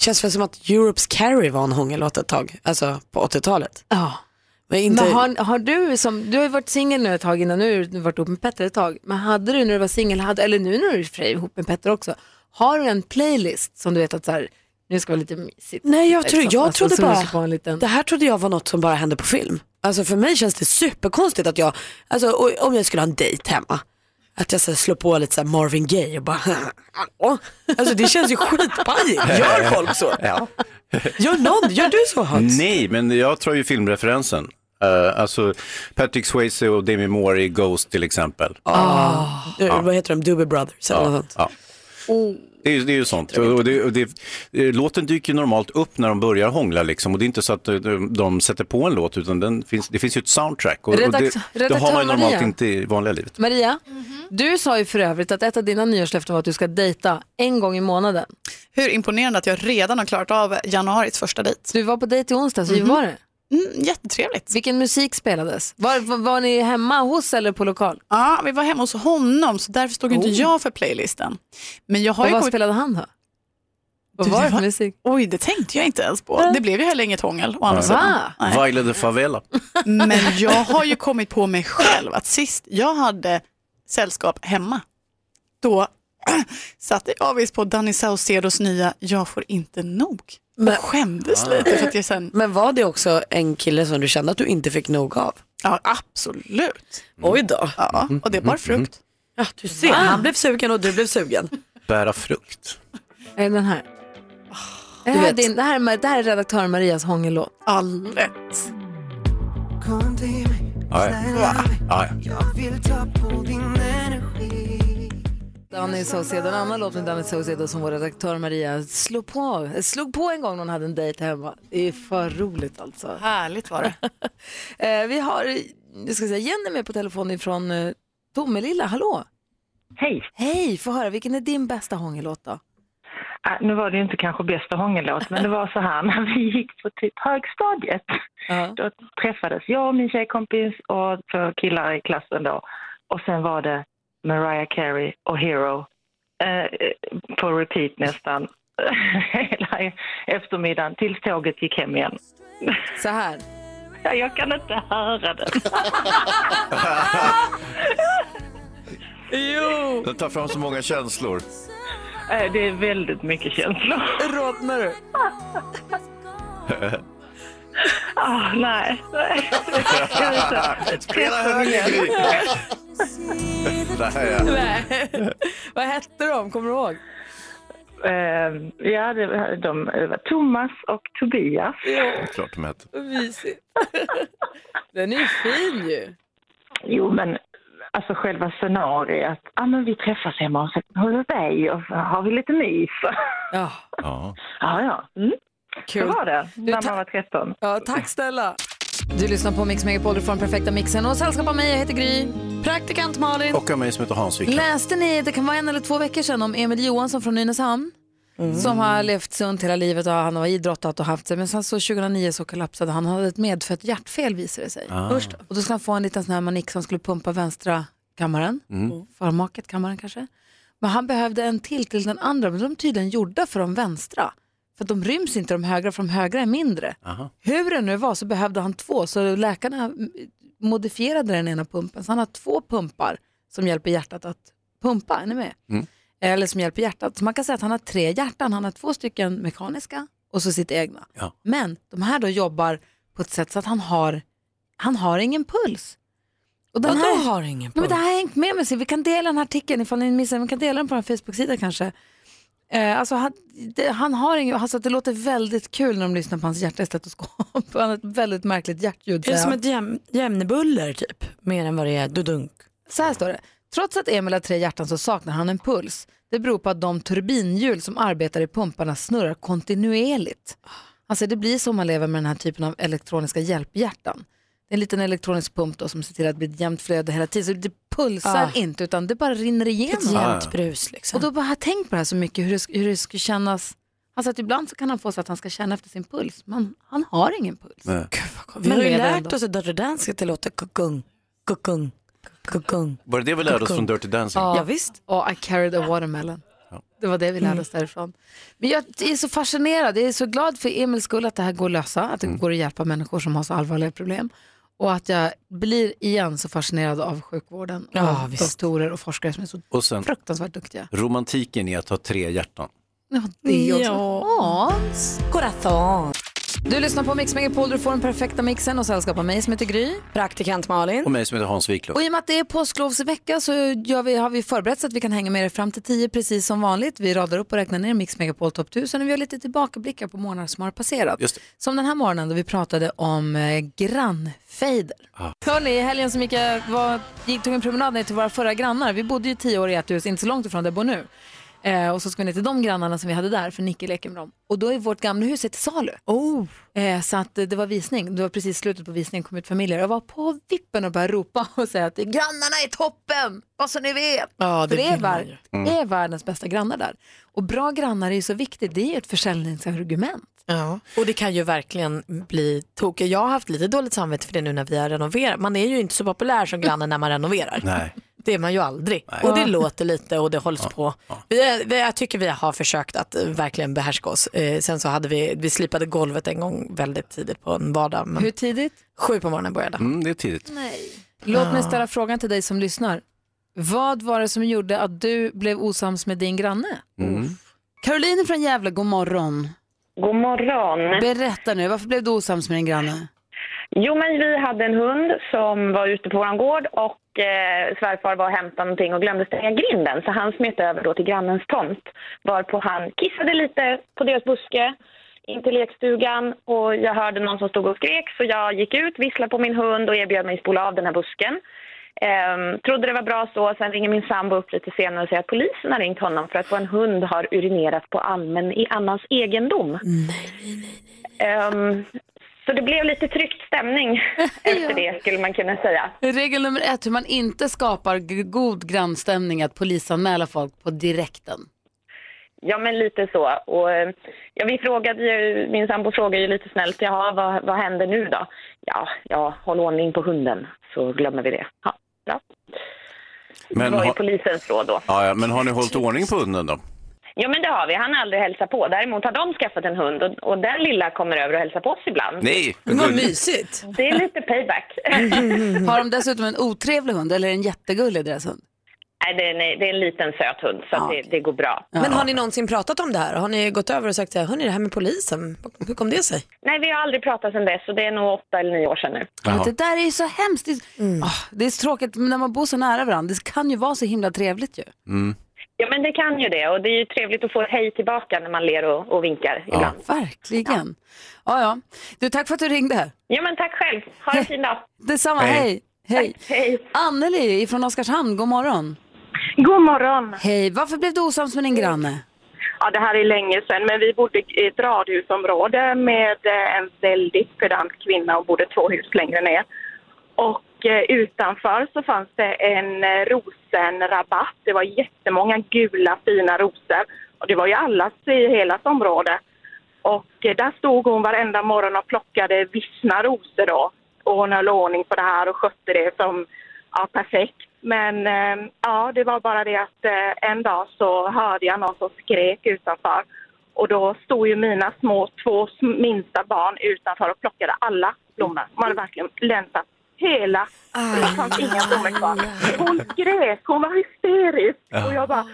Speaker 2: Känns väl som att Europes Carry var en hångellåt ett tag, alltså på 80-talet.
Speaker 1: Ja.
Speaker 2: Men inte...
Speaker 1: Men har, har du, som, du har ju varit singel nu ett tag innan, nu har du varit ihop med Petter ett tag, men hade du när du var singel, hade- eller nu när du är i och för sig ihop med Petter också, har du en playlist som du vet att så här, Nu ska det vara lite mysigt. Typ liksom,
Speaker 2: Nej, jag, tror,
Speaker 1: Exakt,
Speaker 2: jag
Speaker 1: man ska
Speaker 2: trodde
Speaker 1: sola sig
Speaker 2: bara,
Speaker 1: på en liten...
Speaker 2: Alltså, det här trodde jag var något som bara hände på film. Alltså för mig känns det superkonstigt att jag, alltså o- om jag skulle ha en dejt hemma, att jag så här slår på lite så här Marvin Gaye och bara, hallå? Alltså det känns ju skitpajigt. Gör folk så?
Speaker 3: Ja.
Speaker 2: Gör någon, gör du så Hans?
Speaker 3: Nej, men jag tar ju filmreferensen. Eh, alltså Patrick Swayze och Demi Moore i Ghost till exempel.
Speaker 2: Ah, Eh, Vad heter de, Doobie Brothers eller något sånt.
Speaker 3: Ja.
Speaker 2: Oh.
Speaker 3: Det är, ju- det är ju sånt. Och det, och det, eh, låten dyker ju normalt upp när de börjar hångla liksom. Och det är inte så att eh, de, de sätter på en låt utan den finns, det finns ju ett soundtrack. Och, och det,
Speaker 1: Redaktör-
Speaker 3: det har man ju normalt
Speaker 1: Maria.
Speaker 3: inte i vanliga livet.
Speaker 1: Maria, du sa ju för övrigt att ett av dina nyårslöften var att du ska dejta en gång i månaden.
Speaker 4: Hur imponerande att jag redan har klarat av januaris första dejt.
Speaker 1: Du var på dejt i onsdags, hur var det?
Speaker 4: Mm, jättetrevligt.
Speaker 1: Vilken musik spelades? Var, var, var ni hemma hos eller på lokal?
Speaker 4: Ja, vi var hemma hos honom så därför stod inte
Speaker 1: Oh.
Speaker 4: jag för playlisten. Men jag har
Speaker 1: Och
Speaker 4: ju
Speaker 1: vad
Speaker 4: kommit-
Speaker 1: spelade han då? Vad
Speaker 4: Du,
Speaker 1: var det
Speaker 4: det
Speaker 1: för
Speaker 4: var-
Speaker 1: musik?
Speaker 4: Oj, det tänkte jag inte ens på. Det blev ju heller inget hångel å andra
Speaker 3: Nej.
Speaker 4: sidan. Nej.
Speaker 3: Vaila de favela.
Speaker 4: Men jag har ju kommit på mig själv att sist jag hade sällskap hemma, då satte jag visst på Danny Saucedos nya Jag får inte nog.
Speaker 2: Men-
Speaker 4: och skämdes lite för att jag sen,
Speaker 2: Men var det också en kille som du kände att du inte fick nog av? Mm.
Speaker 4: ja absolut.
Speaker 2: Oj då.
Speaker 4: Ja, och det var frukt.
Speaker 2: Ja, du
Speaker 1: Ah.
Speaker 2: ser, han blev sugen och du blev sugen.
Speaker 3: Bära frukt.
Speaker 1: Är det Eh, den här? Är det,
Speaker 2: Du
Speaker 1: här
Speaker 2: vet.
Speaker 1: din, det, här är, Mar- det här är redaktör Marias hångellåt.
Speaker 4: All rätt.
Speaker 3: Ja, ja. Ja, ja.
Speaker 1: Danny Saucedo, en annan låt med Danny Saucedo som vår redaktör Maria slog på, slog på en gång när hon hade en dejt hemma. Det är för roligt alltså.
Speaker 4: Härligt var det.
Speaker 1: Eh, vi har jag ska säga, Jenny med på telefon ifrån eh, Tomelilla. Hallå!
Speaker 13: Hej!
Speaker 1: Hej! Få höra, vilken är din bästa hångellåt då?
Speaker 13: Äh, Nu var det ju inte kanske bästa hångellåt, men det var så här när vi gick på typ högstadiet. Då träffades jag och min tjejkompis och två killar i klassen då. Och sen var det Mariah Carey och Hero eh, på repeat nästan hela eftermiddagen tills tåget gick hem igen.
Speaker 1: Så här.
Speaker 13: Ja, Jag kan inte höra det. jo!
Speaker 3: Den tar fram så många känslor.
Speaker 13: Eh, Det är väldigt mycket känslor.
Speaker 1: Rodnar du?
Speaker 13: Ah, nej.
Speaker 3: Spela höger.
Speaker 1: Nej. Vad hette de? Kommer du ihåg?
Speaker 13: Ehm, Ja, det, de det var Thomas och Tobias.
Speaker 3: Det är klart de heter.
Speaker 1: Mysigt. Den är ju fin ju.
Speaker 13: Jo, men alltså själva scenariet. Ja, men vi träffas hemma och så håller dig och så har vi lite mys.
Speaker 1: Ja,
Speaker 3: Ja.
Speaker 13: ja. Mm. Så var det
Speaker 1: Du,
Speaker 13: när
Speaker 1: ta-
Speaker 13: man var 13.
Speaker 1: Ja, tack Stella. Du lyssnar på Mix Megapol från Perfekta Mixen och sällskap av mig, jag heter Gry. Praktikant Malin.
Speaker 3: Och av mig som heter Hans Wiklund.
Speaker 1: Läste ni, det kan vara en eller två veckor sedan, om Emil Johansson från Nynäshamn? Som har levt sunt hela livet och han har idrottat och haft sig. Men sen så 2009 så kollapsade han. Han hade ett medfött hjärtfel visade det sig.
Speaker 14: Ah.
Speaker 1: Först. Och då skulle han få en liten sån här manik som skulle pumpa vänstra kammaren.
Speaker 14: Mm.
Speaker 1: Förmaket kammaren kanske. Men han behövde en till till den andra. Men de är tydligen gjorda för de vänstra. För att de ryms inte de högra, för de högra är mindre.
Speaker 3: Aha.
Speaker 1: Hur det nu var så behövde han två, så läkarna mm, modifierade den ena pumpen. Så han har två pumpar som hjälper hjärtat att pumpa, är ni med?
Speaker 3: Mm.
Speaker 1: Eller som hjälper hjärtat. Så man kan säga att han har tre hjärtan, han har två stycken mekaniska och så sitt egna.
Speaker 3: Ja.
Speaker 1: Men de här då jobbar på ett sätt så att han har, han har ingen puls. Och
Speaker 2: Vadå har ingen
Speaker 1: Nej, men det här har hängt med mig, så vi kan dela den här artikeln ifall ni missar den. Vi kan dela den på vår Facebook-sida kanske. Eh, alltså han, det, han har ingen, alltså att det låter väldigt kul när de lyssnar på hans hjärta i stetoskop. Han har ett väldigt märkligt hjärtljud.
Speaker 2: Det är
Speaker 1: säger
Speaker 2: som
Speaker 1: han.
Speaker 2: ett jäm, jämnbuller typ, mer än vad det är dudunk.
Speaker 1: Så här står det. Trots att Emil har tre hjärtan så saknar han en puls. Det beror på att de turbinhjul som arbetar i pumparna snurrar kontinuerligt. Alltså det blir så om man lever med den här typen av elektroniska hjälphjärtan. Det är en liten elektronisk pump då som ser till att det blir ett jämnt flöde hela tiden. Så det pulsar
Speaker 2: Ah.
Speaker 1: inte utan det bara rinner igenom.
Speaker 2: Ett jämnt brus liksom.
Speaker 1: Och då bara har jag tänkt på det här så mycket, hur det, hur det skulle kännas. Alltså att ibland så kan han få så att han ska känna efter sin puls, men han har ingen puls.
Speaker 2: Vi
Speaker 1: Men
Speaker 2: har ju
Speaker 1: lever
Speaker 2: lärt
Speaker 1: ändå.
Speaker 2: oss i Dirty Dancing att det låter kukung, kukung, kukung.
Speaker 3: Var det det vi lärde oss från Dirty Dancing?
Speaker 1: Ja, visst. Och I carried a watermelon. Det var det vi lärde
Speaker 2: Mm.
Speaker 1: oss därifrån. Men jag är så fascinerad, jag är så glad för Emils skull att det här går att lösa, att det
Speaker 3: Mm.
Speaker 1: går att hjälpa människor som har så allvarliga problem. Och att jag blir igen så fascinerad av sjukvården,
Speaker 2: Ja,
Speaker 1: av
Speaker 2: visst.
Speaker 1: doktorer och forskare som är så
Speaker 3: Och sen
Speaker 1: fruktansvärt duktiga.
Speaker 3: romantiken i att ha tre hjärtan.
Speaker 1: Det är också.
Speaker 2: Ja.
Speaker 1: Hans Du lyssnar på Mix Megapol, du får den perfekta mixen och sällskap av mig som heter Gry.
Speaker 2: Praktikant Malin.
Speaker 3: Och mig som heter Hans Wiklund.
Speaker 1: Och i och med att det är påsklovsvecka så gör vi, har vi förberett så att vi kan hänga med er fram till 10 precis som vanligt. Vi radar upp och räknar ner Mix Megapol Top 1000 och vi har lite tillbakablickar på månader som har passerat.
Speaker 3: Just det.
Speaker 1: Som den här morgonen då vi pratade om eh, grannfejder.
Speaker 3: Ah.
Speaker 1: Hörni, i helgen som gick jag var, gick, tog en promenad ner till våra förra grannar. Vi bodde ju tio år i ett hus, inte så långt ifrån där jag bor nu. Eh, och så ska vi ner till de grannarna som vi hade där, för Nicke leker med dem. Och då är vårt gamla hus till salu.
Speaker 2: Oh.
Speaker 1: Eh, så att eh, det var visning, det var precis slutet på visningen, kom ut familjer. Jag var på vippen och började ropa och säga att grannarna är toppen, vad så ni vet.
Speaker 2: Ja,
Speaker 1: för
Speaker 2: det
Speaker 1: det är,
Speaker 2: vill man
Speaker 1: vär-
Speaker 2: ju.
Speaker 1: det är världens bästa grannar där. Och bra grannar är ju så viktigt, det är ju ett försäljningsargument.
Speaker 2: Ja. Och det kan ju verkligen bli tokigt. Jag har haft lite dåligt samvete för det nu när vi har renoverat. Man är ju inte så populär som grannen när man renoverar.
Speaker 3: Nej.
Speaker 2: Det är man ju aldrig. Och det
Speaker 1: Ja.
Speaker 2: låter lite och det hålls på. Vi är, vi, jag tycker vi har försökt att eh, verkligen behärska oss. Eh, sen så hade vi, vi slipade golvet en gång väldigt tidigt på en vardag. Men
Speaker 1: Hur tidigt?
Speaker 2: Sju på morgonen började.
Speaker 3: Mm, det är tidigt.
Speaker 1: Nej. Låt mig ställa frågan till dig som lyssnar. Vad var det som gjorde att du blev osams med din granne?
Speaker 3: Mm.
Speaker 14: Caroline från Gävle, god morgon.
Speaker 15: God morgon.
Speaker 14: Berätta nu, varför blev du osams med din granne?
Speaker 15: Jo, men vi hade en hund som var ute på vår gård och eh, svärfar var och hämtade någonting och glömde stänga grinden så han smet över då till grannens tomt varpå han kissade lite på deras buske in till lekstugan och jag hörde någon som stod och skrek så jag gick ut, visslade på min hund och erbjöd mig att spola av den här busken. Ehm, trodde det var bra så, sen ringer min sambo upp lite senare och säger att polisen har ringt honom för att en hund har urinerat på allmän i annans egendom. Ehm, så det blev lite tryckt stämning efter det skulle man kunna säga.
Speaker 14: Regel nummer ett, hur man inte skapar g- god grannstämning, att polisanmäla folk på direkten.
Speaker 15: Ja, men lite så. Och, eh, ja, vi frågade ju, min sambo frågade ju lite snällt, jaha, vad, vad händer nu då? Ja, ja, håll ordning på hunden så glömmer vi det. Ja, ja.
Speaker 3: Men
Speaker 15: det var ju
Speaker 3: har-
Speaker 15: polisens råd då.
Speaker 3: Ja, ja, men har ni hållit ordning på hunden då?
Speaker 15: Ja, men det har vi. Han har aldrig hälsat på. Däremot har de skaffat en hund och, och den lilla kommer över och hälsar på oss ibland.
Speaker 3: Nej, vad Vad gulligt.
Speaker 14: mysigt.
Speaker 15: Det är lite payback.
Speaker 14: Har de dessutom en otrevlig hund eller en jättegullig deras hund?
Speaker 15: Nej, det är, en- det är en liten söt hund så att det, det går bra.
Speaker 2: Men har ni någonsin pratat om det här? Har ni gått över och sagt, hörni det här med polisen, hur kom det sig?
Speaker 15: Nej, vi har aldrig pratat sedan dess och det är nog åtta eller nio år sedan nu.
Speaker 14: Men Det där är ju så hemskt. Det är, Ah, det är så tråkigt men när man bor så nära varandra. Det kan ju vara så himla trevligt ju.
Speaker 3: Mm.
Speaker 15: Ja, men det kan ju det och det är ju trevligt att få ett hej tillbaka när man ler och, och vinkar ibland.
Speaker 14: Verkligen. Ja, ja. Du, tack för att du ringde.
Speaker 15: Ja, men tack själv. Ha en fin dag.
Speaker 14: Detsamma,
Speaker 15: Hej.
Speaker 14: hej. Hej.
Speaker 15: hej.
Speaker 14: Anneli från Oskarshamn, god morgon.
Speaker 16: God morgon.
Speaker 14: Hej, varför blev du osams med din granne?
Speaker 16: Ja, det här är länge sedan, men vi bodde i ett radhusområde med eh, en väldigt pedant kvinna och bodde två hus längre ner. Och eh, utanför så fanns det en eh, rosenrabatt. Det var jättemånga gula fina rosor och det var ju allas i hela området. Och eh, där stod hon varenda morgon och plockade vissna rosor då. Och hon höll ordning på det här och skötte det som ja, perfekt. Men eh, ja, det var bara det att eh, en dag så hörde jag någon som skrek utanför. Och då stod ju mina små, två sm- minsta barn utanför och plockade alla blommor. De hade verkligen länsat hela. Det fanns inga blommor kvar. Hon skrek, hon var hysterisk. Och jag bara,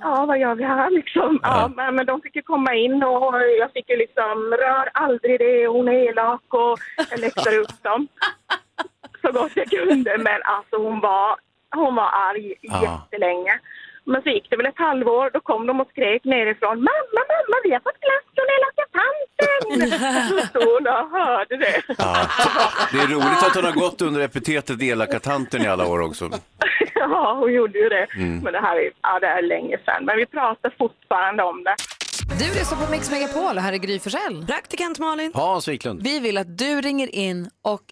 Speaker 16: ja vad gör vi här liksom? Ja, men, men de fick ju komma in och jag fick ju liksom, rör aldrig det, hon är elak och jag läxade upp dem så gott jag kunde. Men alltså hon var, hon var arg
Speaker 17: Ja.
Speaker 16: jättelänge. Men så gick det väl ett halvår, då kom de och skrek nerifrån. Mamma, mamma, vi har fått glass från elaka tanten! Så stod hon och hörde det.
Speaker 3: Det är roligt att hon har gått under epitetet elaka tanten i alla år också.
Speaker 16: Ja, hon gjorde ju det.
Speaker 3: Mm.
Speaker 16: Men det här är, ja, det är länge sedan. Men vi pratar fortfarande om det.
Speaker 1: Du lyssnar på Mix Megapol och här är Gry Forssell.
Speaker 2: Praktikant Malin.
Speaker 3: Hans Wiklund.
Speaker 1: Vi vill att du ringer in och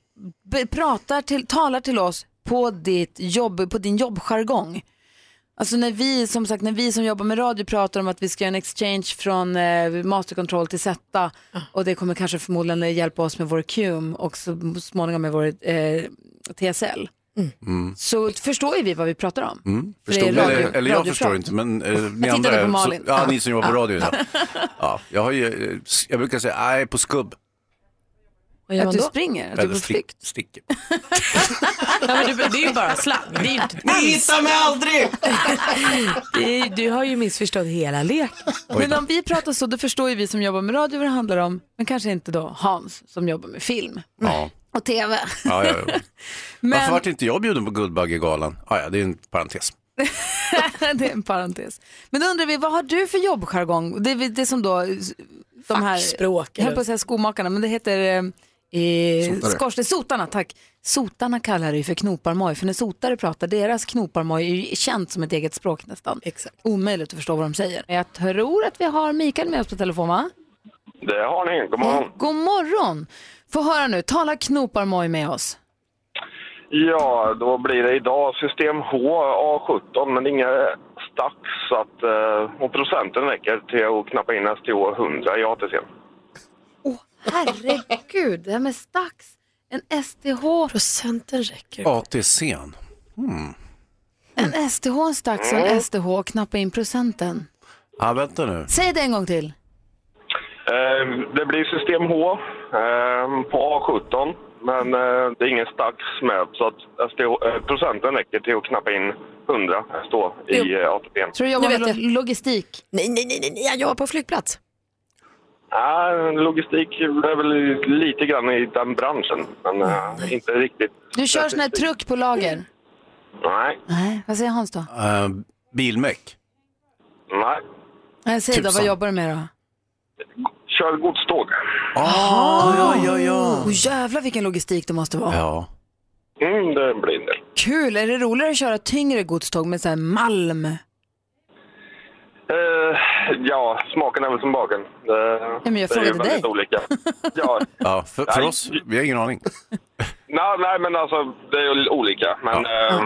Speaker 1: be- pratar till, talar till oss på, ditt jobb, på din jobbjargong. Alltså när vi, som sagt, när vi som jobbar med radio pratar om att vi ska göra en exchange från eh, masterkontroll till
Speaker 3: Ah.
Speaker 1: Zeta och det kommer kanske förmodligen hjälpa oss med vår QM och så småningom med vår eh, TSL.
Speaker 3: Mm.
Speaker 1: Så förstår ju vi vad vi pratar om.
Speaker 3: Mm.
Speaker 1: För det är
Speaker 3: Förstod,
Speaker 1: radio-
Speaker 3: eller, eller jag
Speaker 1: radioprat.
Speaker 3: förstår inte, men eh, ni
Speaker 1: Jag tittade
Speaker 3: andra,
Speaker 1: på Malin.
Speaker 3: Så, ja, ni som jobbar på
Speaker 1: Ja.
Speaker 3: radio. Ja. Ja, jag, har ju, eh, s- jag brukar säga, nej, på skubb.
Speaker 18: Vad gör
Speaker 1: att
Speaker 18: man
Speaker 1: du
Speaker 18: då?
Speaker 1: springer, att du är på
Speaker 3: Eller stick-
Speaker 1: flykt.
Speaker 3: Sticker.
Speaker 1: Nej, men du, det är ju bara slang. Det är ju inte
Speaker 2: Ni hittar mig aldrig!
Speaker 1: du, du har ju missförstått hela leken.
Speaker 18: Oj
Speaker 1: Men
Speaker 18: då.
Speaker 1: om vi pratar så, då förstår ju vi som jobbar med radio vad det handlar om. Men kanske inte då Hans som jobbar med film
Speaker 3: Ja.
Speaker 1: och tv.
Speaker 3: Ja, ja, ja. Varför
Speaker 1: Men-
Speaker 3: vart inte jag bjuden på Guldbaggegalan? Ah, ja, det är en parentes.
Speaker 1: det är en parentes. Men då undrar vi, vad har du för jobbjargong? Det är väl det som då eh, de här...
Speaker 2: Fackspråk,
Speaker 1: Jag höll
Speaker 2: eller?
Speaker 1: på att säga skomakarna, men det heter... Eh, eh,
Speaker 2: Sotare.
Speaker 1: skorsten, sotarna, tack. Sotarna kallar det ju för knoparmoj, för när sotare pratar, deras knoparmoj är ju känt som ett eget språk nästan.
Speaker 2: Exakt.
Speaker 1: Omöjligt att förstå vad de säger. Jag tror att vi har Mikael med oss på telefon, va?
Speaker 6: Det har ni. God morgon.
Speaker 1: God morgon! Få höra nu, tala knoparmoj med oss.
Speaker 6: Ja, då blir det idag system H A17, men det är inga stack så att eh, och procenten räcker till att knappa in STH 100 i ATC.
Speaker 1: Herregud, det här med stax, en STH...
Speaker 2: Procenten räcker.
Speaker 3: ATC'n. Hmm.
Speaker 1: En STH, en stax och en STH, och knappa in procenten.
Speaker 3: Ah, vänta nu.
Speaker 1: Säg det en gång till.
Speaker 6: Eh, det blir system H eh, på A17, men eh, det är ingen stax med så att STH, eh, procenten räcker till att knappa in 100 STH i eh, ATP.
Speaker 1: Tror du jobbar med lo- logistik?
Speaker 2: Nej, nej, nej, nej, nej, jag jobbar på flygplats.
Speaker 6: Nej, logistik är väl lite grann i den branschen, men eh, inte riktigt.
Speaker 1: Du kör sån här truck på lager.
Speaker 6: Nej,
Speaker 1: Nej, vad säger Hans då?
Speaker 3: Eh, bilmek.
Speaker 6: nej.
Speaker 1: Nej, Eh, säg då, vad
Speaker 3: Tusan.
Speaker 1: jobbar du med då?
Speaker 6: Kör godståg.
Speaker 3: Ah, ja, ja, ja.
Speaker 1: Oh, jävlar vilken logistik det måste vara.
Speaker 3: Ja.
Speaker 6: Mm, det blir det.
Speaker 1: Kul, är det roligare att köra tyngre godståg med så här malm?
Speaker 6: Eh, ja, smaken är väl som baken. Det, ja,
Speaker 1: men jag
Speaker 6: det är ju
Speaker 1: frågade
Speaker 6: väldigt
Speaker 1: dig.
Speaker 6: olika. Ja,
Speaker 3: Ja, för, för oss, vi har ingen aning.
Speaker 6: nej, nej, men alltså det är ju olika. Men eh,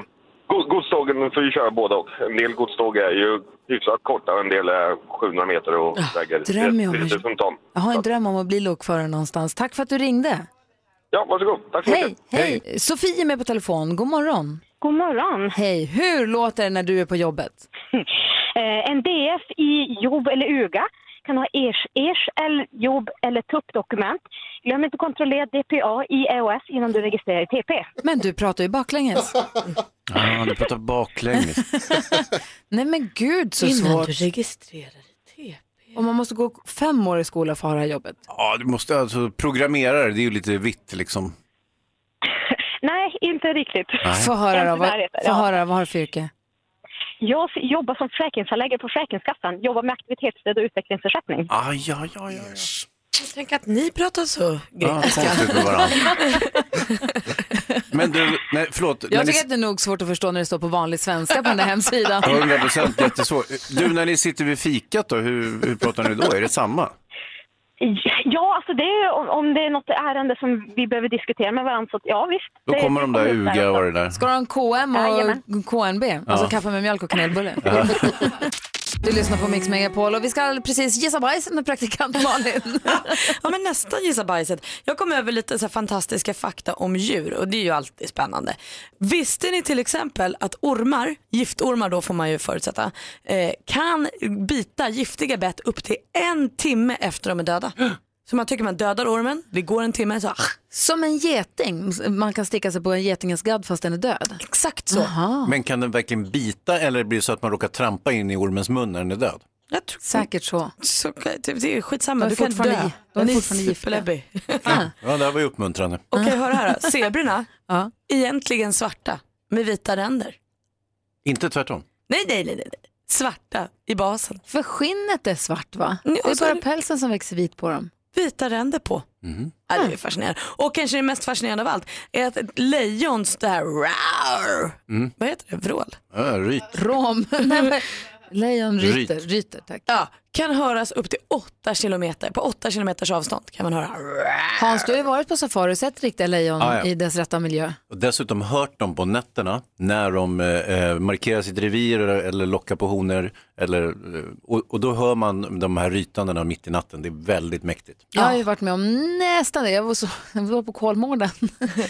Speaker 6: go- godstågen får ju köra båda och. En del godståg är ju hyfsat korta och en del är 700 meter och väger
Speaker 1: Ah, drömmer jag om.
Speaker 6: 3000 ton.
Speaker 1: Jag har en dröm om att bli lokförare någonstans. Tack för att du ringde.
Speaker 6: Ja, varsågod. Tack så
Speaker 1: Hej,
Speaker 6: mycket.
Speaker 1: hej. Sofie är med på telefon. God morgon.
Speaker 15: God morgon.
Speaker 1: Hej, hur låter det när du är på jobbet?
Speaker 15: Eh, en DF i jobb eller UGA kan ha ers, ers eller jobb eller tuppdokument. Glöm inte att kontrollera DPA i EOS innan du registrerar i TP.
Speaker 1: Men du pratar ju baklänges.
Speaker 3: Ah, du pratar baklänges.
Speaker 1: Nej men gud så
Speaker 2: Innan
Speaker 1: svårt.
Speaker 2: du
Speaker 1: registrerar Och man måste gå fem år i skola för att ha det här jobbet.
Speaker 3: Ja, du måste alltså programmera det. Det är ju lite vitt liksom.
Speaker 15: Nej, inte riktigt.
Speaker 3: Nej.
Speaker 1: Få höra då, vad,
Speaker 15: Där heter det,
Speaker 1: få
Speaker 15: ja.
Speaker 1: höra, vad har du för yrke?
Speaker 15: Jag f- jobbar som försäkringshandläggare på Försäkringskassan. Jobbar med aktivitetsstöd och utvecklingsersättning.
Speaker 3: Aj, aj, aj, aj.
Speaker 2: Tänk att ni pratar så
Speaker 3: Ja, konstigt med varandra. Men du, nej, förlåt.
Speaker 1: Jag
Speaker 3: När ni-
Speaker 1: tycker att det är nog svårt att förstå när det står på vanlig svenska på den där hemsidan.
Speaker 3: 100 procent jättesvårt. Du, när ni sitter vid fikat då, hur, hur pratar ni då? Är det samma?
Speaker 15: Ja, alltså det är, om- om det är något ärende som vi behöver diskutera med varandra så att- ja visst.
Speaker 3: Då
Speaker 15: det-
Speaker 3: kommer de där
Speaker 15: det kommer upp
Speaker 3: UGA och det där.
Speaker 1: Ska du ha en KM
Speaker 15: Jajamän.
Speaker 1: och KNB? Alltså kaffe med mjölk och kanelbulle.
Speaker 3: Ja.
Speaker 1: Du lyssnar på Mix Megapol och vi ska alldeles precis gissa bajset med praktikant Malin.
Speaker 2: ja, men nästan gissa bajset. Jag kom över lite så här fantastiska fakta om djur och det är ju alltid spännande. Visste ni till exempel att ormar, giftormar då får man ju förutsätta, eh, kan bita giftiga bett upp till en timme efter de är döda? Så man tycker man dödar ormen, det går en timme så ah,
Speaker 1: Som en geting, man kan sticka sig på en getingens gadd fast den är död.
Speaker 2: Exakt så.
Speaker 3: Men kan den verkligen bita eller blir det så att man råkar trampa in i ormens mun när den är död?
Speaker 1: Säkert så.
Speaker 2: så det, det är skitsamma,
Speaker 1: De är
Speaker 2: du kan
Speaker 1: fortfarande
Speaker 2: dö.
Speaker 1: gi- de är
Speaker 2: Den
Speaker 1: fortfarande giftiga.
Speaker 2: superläbbig.
Speaker 3: Ja, det här var ju uppmuntrande.
Speaker 2: Okej, hör här då. Zebrorna, egentligen svarta med vita ränder.
Speaker 3: Inte tvärtom.
Speaker 2: Nej, nej, nej, nej. nej. Svarta i basen.
Speaker 1: För skinnet är svart va? det är
Speaker 2: och så
Speaker 1: bara
Speaker 2: är det-
Speaker 1: pälsen som växer vit på dem.
Speaker 2: Vita ränder på. Ja,
Speaker 1: Ah.
Speaker 2: det är fascinerande. Och kanske det mest fascinerande av allt är att ett lejons det här rar.
Speaker 3: Mm.
Speaker 2: Vad heter det? Vrål?
Speaker 3: Ja, ryt.
Speaker 1: Rom. Nej, men- Lejon
Speaker 3: Ryt.
Speaker 1: ryter, ryter tack.
Speaker 2: Ja, kan höras upp till 8 kilometer. På 8 kilometers avstånd kan man höra rar.
Speaker 1: Hans, du har ju varit på safari och sett riktiga lejon
Speaker 3: Ah, ja.
Speaker 1: i dess rätta miljö.
Speaker 3: Och dessutom hört dem på nätterna när de eh, eh, markerar sitt revir eller, eller lockar på honor. Eller, eh, och, och då hör man de här rytandena mitt i natten. Det är väldigt mäktigt.
Speaker 1: Jag har ju varit med om nästan det. Jag var, så, jag var på Kolmården.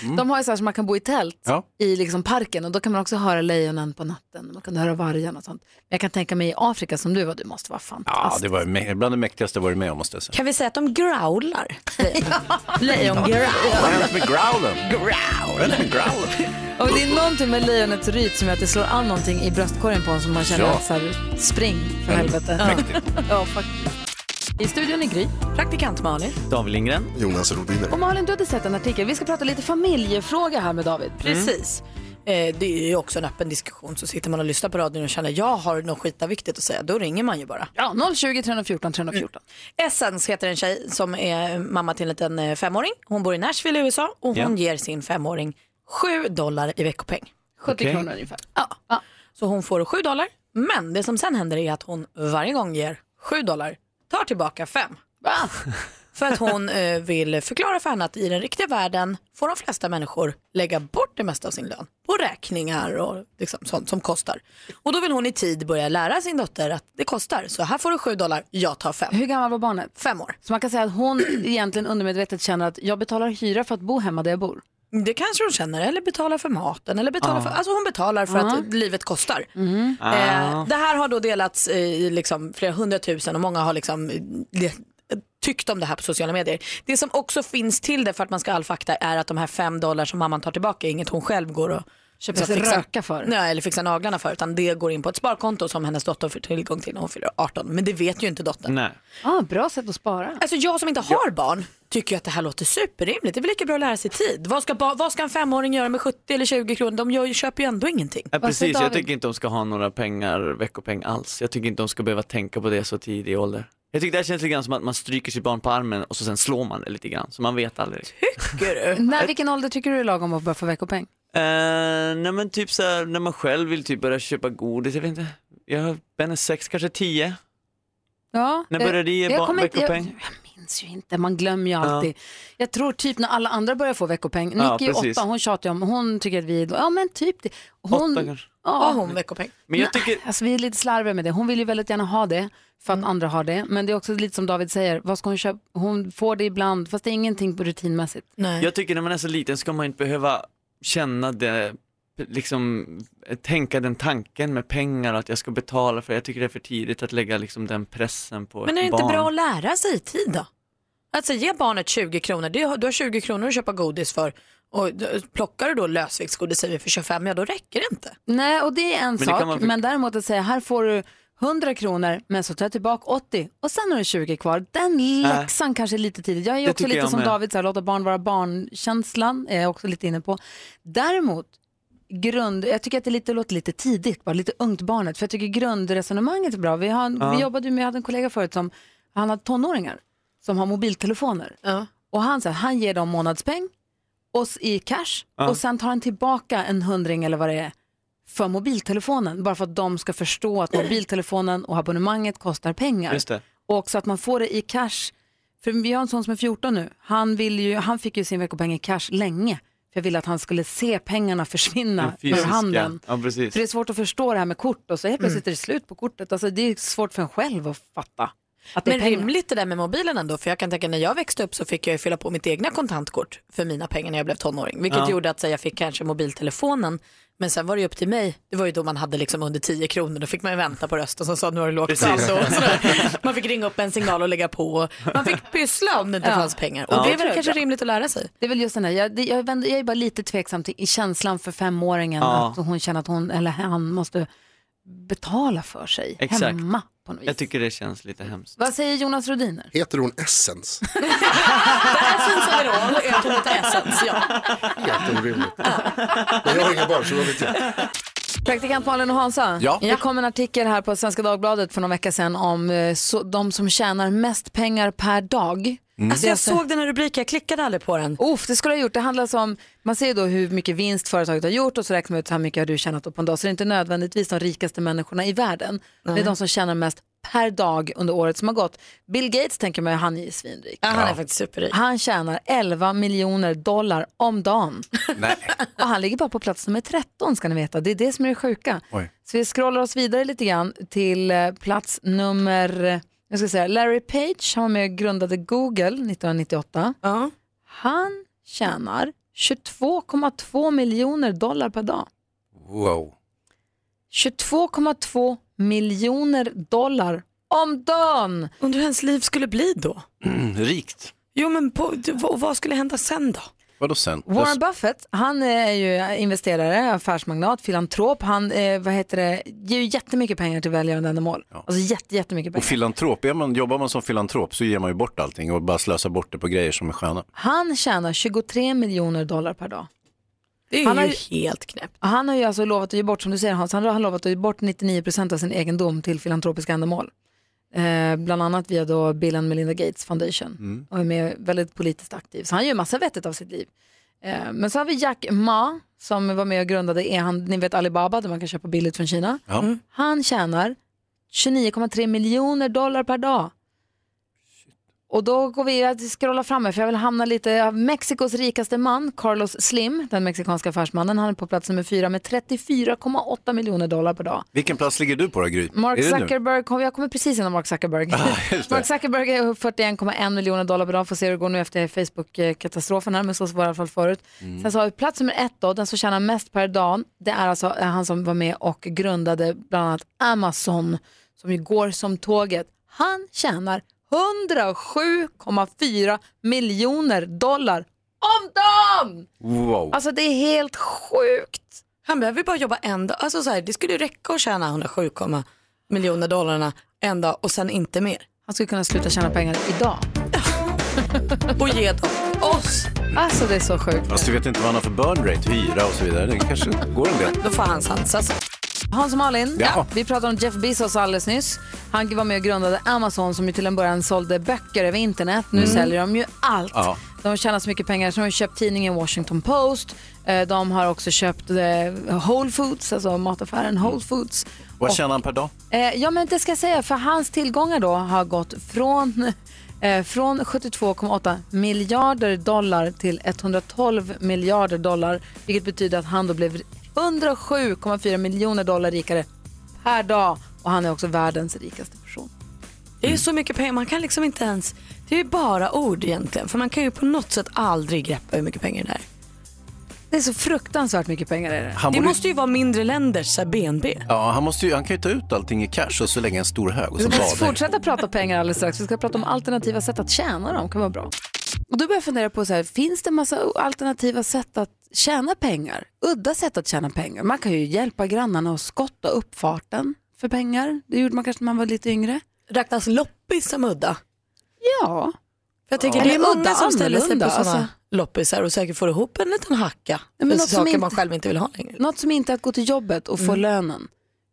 Speaker 3: Mm.
Speaker 1: De har ju så här som man kan bo i tält
Speaker 3: Ja.
Speaker 1: i liksom parken och då kan man också höra lejonen på natten. Man kan höra vargen och sånt. Men jag kan tänka mig i Afrika som du var, du måste vara fantastiskt.
Speaker 3: Ja, det var mä- bland det mäktigaste jag varit med om måste jag säga.
Speaker 2: Kan vi säga att de growlar?
Speaker 3: Vad har
Speaker 1: Lejongrowl.
Speaker 3: hänt med growlen? Growl. Vad har hänt med growlen?
Speaker 1: Och det är någonting med lejonets ryt som gör att det slår an någonting i bröstkorgen på en som man känner
Speaker 3: Ja.
Speaker 1: att så här, spring för
Speaker 11: Mm.
Speaker 1: helvete.
Speaker 11: Mäktigt.
Speaker 1: ja, faktiskt. I studion är Gry.
Speaker 2: Praktikant Malin.
Speaker 11: David Lindgren.
Speaker 7: Jonas Rodiner.
Speaker 1: Och Malin, du hade sett en artikel. Vi ska prata lite familjefråga här med David.
Speaker 2: Precis. Eh, det är ju också en öppen diskussion. Så sitter man och lyssnar på radion och känner jag har något skitaviktigt att säga, då ringer man ju bara.
Speaker 1: Ja, 020 314 314.
Speaker 2: Mm. Essence heter en tjej som är mamma till en liten eh, femåring. Hon bor i Nashville i USA och
Speaker 1: Ja.
Speaker 2: hon ger sin femåring 7 dollar i veckopeng.
Speaker 1: 70 Okej. kronor ungefär.
Speaker 2: Ja. Så hon får 7 dollar. Men det som sen händer är att hon varje gång ger 7 dollar tar tillbaka 5. För att hon eh, vill förklara för henne att i den riktiga världen får de flesta människor lägga bort det mesta av sin lön på räkningar och liksom sånt som kostar. Och då vill hon i tid börja lära sin dotter att det kostar. Så här får du 7 dollar, jag tar 5.
Speaker 1: Hur gammal var barnet?
Speaker 2: Fem år.
Speaker 1: Så man kan säga att hon egentligen undermedvetet känner att jag betalar hyra för att bo hemma där jag bor.
Speaker 2: Det kanske hon känner, eller betalar för maten. Eller betalar
Speaker 1: Ja.
Speaker 2: för, alltså hon betalar för
Speaker 1: Ja.
Speaker 2: att livet kostar.
Speaker 1: Ah.
Speaker 2: Eh, det här har då delats i liksom flera hundratusen och många har liksom eh, det- tyckt om det här på sociala medier. Det som också finns till det för att man ska ha all fakta är att de här fem dollar som mamman tar tillbaka är inget hon själv går och
Speaker 1: Köper
Speaker 2: så
Speaker 1: sig
Speaker 2: fixar-
Speaker 1: röka för.
Speaker 2: Nej, eller fixar naglarna för utan det går in på ett sparkonto som hennes dotter får tillgång till när hon fyller 18. Men det vet ju inte dottern.
Speaker 11: Nej.
Speaker 1: Ah, bra sätt att spara.
Speaker 2: Alltså jag som inte har barn tycker ju att det här låter superrimligt. Det är väl lika bra att lära sig i tid. Vad ska, ba- vad ska en femåring göra med 70 eller 20 kronor? De gör, ju- köper ju ändå ingenting.
Speaker 11: Ja, precis, jag tycker inte de ska ha några pengar, veckopeng alls. Jag tycker inte de ska behöva tänka på det så tidig ålder. Jag tycker det här känns lite grann som att man stryker sitt barn på armen och så sen slår man det lite grann, så man vet aldrig.
Speaker 1: När, vilken ålder tycker du är lagom att börja få veckopeng?
Speaker 11: Eh, nej men typ så här, när man själv vill typ börja köpa godis, jag vet inte. Jag är sex, kanske tio.
Speaker 1: Ja,
Speaker 11: När
Speaker 1: eh,
Speaker 11: började det ge
Speaker 1: jag
Speaker 11: barn
Speaker 1: kommer inte-
Speaker 11: veckopeng?
Speaker 1: Jag, jag minns ju inte, man glömmer ju alltid. Jag tror typ när alla andra börjar få veckopeng. Nick
Speaker 11: Ja,
Speaker 1: är ju
Speaker 11: precis.
Speaker 1: åtta, hon tjatar ju om, hon tycker att vi, ja men typ det. Hon,
Speaker 11: Åtta kanske.
Speaker 1: Ja,
Speaker 2: Har hon veckopeng?
Speaker 11: Men jag tycker,
Speaker 1: Alltså, vi är lite slarviga med det. Hon vill ju väldigt gärna ha det för att
Speaker 2: Mm.
Speaker 1: andra har det. Men det är också lite som David säger, vad ska hon köpa? Hon får det ibland, fast det är ingenting på rutinmässigt.
Speaker 11: Jag tycker när man är så liten ska man inte behöva känna det, liksom tänka den tanken med pengar och att jag ska betala för det. Jag tycker det är för tidigt att lägga liksom den pressen på
Speaker 2: Men är det
Speaker 11: ett
Speaker 2: inte
Speaker 11: barn.
Speaker 2: bra att lära sig i tid då? Alltså ge barnet 20 kronor, Det har- du har 20 kronor att köpa godis för. Och d- plockar du då lösviktsgodis säger vi för 25, ja då räcker det inte.
Speaker 1: Nej, och det är en
Speaker 2: det kan
Speaker 1: sak.
Speaker 2: man för-
Speaker 1: Men däremot att säga, här får du 100 kronor, men så tar jag tillbaka 80 och sen har du 20 kvar. Den
Speaker 14: Äh.
Speaker 1: läxan kanske är lite tidigt. Jag är ju
Speaker 14: Det
Speaker 1: också
Speaker 14: tycker
Speaker 1: lite
Speaker 14: jag
Speaker 1: som
Speaker 14: med.
Speaker 1: David, så här, låta barn vara barn-känslan är jag också lite inne på. Däremot, grund, jag tycker att det lite, låter lite tidigt, bara lite ungt barnet, för jag tycker grundresonemanget är bra. Vi, har,
Speaker 14: Ja.
Speaker 1: vi jobbade ju med, jag hade en kollega förut som, han hade tonåringar som har mobiltelefoner. Och han, så här, han ger dem månadspeng och, s- i cash
Speaker 14: Ja.
Speaker 1: och sen tar han tillbaka en hundring eller vad det är för mobiltelefonen. Bara för att de ska förstå att mobiltelefonen och abonnemanget kostar pengar.
Speaker 11: Just det.
Speaker 1: Och också att man får det i cash. För vi har en son som är 14 nu. Han, vill ju, han fick ju sin veckopeng i cash länge. För jag ville att han skulle se pengarna försvinna
Speaker 11: Den
Speaker 1: ur
Speaker 11: fysiska.
Speaker 1: handen.
Speaker 11: Ja, precis.
Speaker 1: För det är svårt att förstå det här med kort och så helt plötsligt är det slut på kortet. Alltså det är svårt för en själv att fatta. Att det är
Speaker 2: Men
Speaker 1: pengar.
Speaker 2: rimligt det där med mobilen ändå, för jag kan tänka när jag växte upp så fick jag ju fylla på mitt egna kontantkort för mina pengar när jag blev tonåring. Vilket
Speaker 1: Ja.
Speaker 2: gjorde att så, jag fick kanske mobiltelefonen, men sen var det ju upp till mig. Det var ju då man hade liksom under 10 kronor, då fick man ju vänta på rösten som sa nu har du lågt
Speaker 1: Precis.
Speaker 2: saldo. och sådär. Man fick ringa upp en signal och lägga på. och Man fick pyssla om det inte
Speaker 1: Ja.
Speaker 2: fanns pengar. Och
Speaker 1: Ja.
Speaker 2: det är
Speaker 1: Jag tror
Speaker 2: väl
Speaker 1: det är
Speaker 2: kanske
Speaker 1: bra.
Speaker 2: rimligt att lära sig.
Speaker 1: Det är väl just den här, jag, det- jag, vänder, jag är bara lite tveksam till i känslan för femåringen
Speaker 11: Ja.
Speaker 1: att hon känner att hon eller han måste betala för sig
Speaker 11: Exakt.
Speaker 1: hemma. På något vis.
Speaker 11: Jag tycker det känns lite hemskt.
Speaker 1: Vad säger Jonas Rodiner?
Speaker 5: Heter hon Essence?
Speaker 2: Essence överall, ötonet Essence, ja.
Speaker 5: Helt orimligt. Men jag har inga barn så vad vet jag.
Speaker 1: Praktikant Malin och Hansa,
Speaker 5: Ja.
Speaker 1: det kom en artikel här på Svenska Dagbladet för någon vecka sedan om eh, så, de som tjänar mest pengar per dag.
Speaker 2: Mm. Alltså, jag såg den här rubriken, jag klickade aldrig på den.
Speaker 1: Uff, det skulle jag ha gjort. Det handlar alltså om, man ser ju då hur mycket vinst företaget har gjort och så räknar man ut hur mycket har du tjänat upp på en dag. Så det är inte nödvändigtvis de rikaste människorna i världen. Det
Speaker 2: Nej.
Speaker 1: är de som tjänar mest per dag under året som har gått. Bill Gates tänker man ju, han är ju svinrik.
Speaker 2: Ja, han är faktiskt superrik.
Speaker 1: Han tjänar 11 miljoner dollar om dagen.
Speaker 3: Nej.
Speaker 1: Och han ligger bara på plats nummer 13 ska ni veta. Det är det som är det sjuka.
Speaker 3: Oj.
Speaker 1: Så vi scrollar oss vidare lite grann till eh, plats nummer, eh, jag ska säga, Larry Page, han var med och grundade Google 1998. Han tjänar 22,2 miljoner dollar per dag.
Speaker 3: Wow.
Speaker 1: 22,2 miljoner dollar om dagen.
Speaker 2: Undrar hur ens liv skulle bli då?
Speaker 3: Mm, rikt.
Speaker 2: Jo men på, du, vad, vad skulle hända sen då?
Speaker 3: Vadå sen?
Speaker 1: Warren Buffett, han eh, är ju investerare, affärsmagnat, filantrop. Han eh, vad heter det, ger ju jättemycket pengar till välgörande ändamål. Alltså jätte, jättemycket
Speaker 3: Och
Speaker 1: pengar.
Speaker 3: filantrop, är man, jobbar man som filantrop så ger man ju bort allting och bara slösar bort det på grejer som är sköna.
Speaker 1: Han tjänar 23 miljoner dollar per dag.
Speaker 2: Det är
Speaker 1: Han
Speaker 2: ju
Speaker 1: har-
Speaker 2: helt knäppt.
Speaker 1: Han har ju alltså lovat att ge bort, som du säger Hans, han har lovat att ge bort 99% av sin egendom till filantropiska ändamål. Eh, bland annat via då Bill and Melinda Gates Foundation
Speaker 14: Mm.
Speaker 1: och är med väldigt politiskt aktiv. Så han gör massa vettigt av sitt liv. Eh, men så har vi Jack Ma som var med och grundade, är han, ni vet Alibaba där man kan köpa billigt från Kina.
Speaker 3: Ja. Mm.
Speaker 1: Han tjänar 29,3 miljoner dollar per dag. Och då går vi att scrolla fram här, för jag vill hamna lite av Mexikos rikaste man, Carlos Slim, den mexikanska affärsmannen. Han är på plats nummer fyra med 34,8 miljoner dollar per dag.
Speaker 3: Vilken plats ligger du på då Gry?
Speaker 1: Mark
Speaker 3: Är det nu? Ah,
Speaker 1: Zuckerberg, kom, jag kommer precis innan Mark Zuckerberg.
Speaker 3: just det.
Speaker 1: Mark Zuckerberg är upp 41,1 miljoner dollar per dag. Får se hur det går nu efter Facebook-katastrofen här, men så var det i alla fall förut.
Speaker 14: Mm.
Speaker 1: Sen så har vi plats nummer ett då, den som tjänar mest per dag. Det är alltså eh, han som var med och grundade bland annat Amazon, som ju går som tåget. Han tjänar 107,4 miljoner dollar om dagen!
Speaker 3: Wow.
Speaker 1: Alltså det är helt sjukt.
Speaker 2: Han behöver ju bara jobba en dag. Alltså så här, det skulle ju räcka att tjäna 107, miljoner dollarna en dag och sen inte mer.
Speaker 1: Han skulle kunna sluta tjäna pengar idag.
Speaker 2: och ge dem oss.
Speaker 1: Alltså det är så sjukt.
Speaker 3: Fast du vet inte vad han har för burn rate, hyra och så vidare. Det kanske går en del.
Speaker 2: Då får han satsa sig.
Speaker 1: Hans och Malin,
Speaker 3: Ja.
Speaker 1: vi pratade om Jeff Bezos alldeles nyss. Han var med och grundade Amazon som ju till en början sålde böcker över internet. Nu
Speaker 14: Mm.
Speaker 1: säljer de ju allt.
Speaker 14: Ja.
Speaker 1: De tjänar så mycket pengar så de har köpt tidningen Washington Post. Eh, De har också köpt eh, Whole Foods, alltså mataffären Whole Foods.
Speaker 3: Vad
Speaker 1: Och-
Speaker 3: tjänar han per dag?
Speaker 1: Eh, ja, men det ska jag säga, för hans tillgångar då har gått från, eh, från 72,8 miljarder dollar till 112 miljarder dollar, vilket betyder att han då blev 107,4 miljoner dollar rikare per dag och han är också världens rikaste person.
Speaker 2: Det är ju så mycket pengar, man kan liksom inte ens, det är ju bara ord egentligen. För man kan ju på något sätt aldrig greppa hur mycket pengar det är.
Speaker 1: Det är så fruktansvärt mycket pengar är det.
Speaker 3: Han
Speaker 2: det
Speaker 3: borde-
Speaker 2: måste ju vara mindre länders så här, BNB.
Speaker 3: Ja, han, måste ju, han kan ju ta ut allting i cash och så lägga en stor hög och
Speaker 1: Vi
Speaker 3: så
Speaker 1: ska
Speaker 3: bada. i.
Speaker 1: fortsätta prata pengar alldeles strax. Vi ska prata om alternativa sätt att tjäna dem. kan vara bra. Och då börjar jag fundera på, så här, finns det massa alternativa sätt att tjäna pengar? Udda sätt att tjäna pengar. Man kan ju hjälpa grannarna att skotta uppfarten för pengar. Det gjorde man kanske när man var lite yngre.
Speaker 2: Räknas loppis som udda?
Speaker 1: Ja.
Speaker 2: För jag tänker
Speaker 1: Eller
Speaker 2: det är udda som ställer sig på
Speaker 1: annorlunda,
Speaker 2: sådana
Speaker 1: alltså.
Speaker 2: loppisar och säkert får ihop en liten hacka.
Speaker 1: men
Speaker 2: för
Speaker 1: något som
Speaker 2: saker man
Speaker 1: inte-
Speaker 2: själv inte vill ha längre.
Speaker 1: Något som inte är att gå till jobbet och få
Speaker 2: Mm.
Speaker 1: lönen.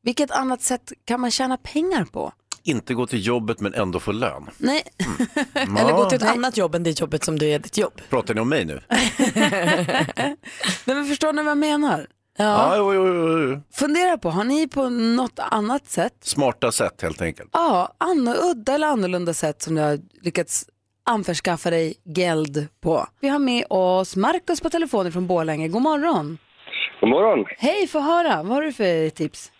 Speaker 1: Vilket annat sätt kan man tjäna pengar på?
Speaker 3: Inte gå till jobbet men ändå få lön.
Speaker 1: Nej,
Speaker 3: Mm.
Speaker 2: Eller gå till ett
Speaker 3: Ja.
Speaker 2: annat jobb än det jobbet som du är ditt jobb.
Speaker 3: Pratar ni om mig nu?
Speaker 1: Nej men förstår ni vad jag menar?
Speaker 3: Ja, jo, jo, jo, jo.
Speaker 1: Fundera på, har ni på något annat sätt
Speaker 3: Smarta sätt helt enkelt.
Speaker 1: Ja, anno, udda eller annorlunda sätt som du har lyckats anförskaffa dig geld på. Vi har med oss Markus på telefonen från Borlänge. God morgon!
Speaker 19: God morgon.
Speaker 1: Hej, få höra. Vad har du för tips?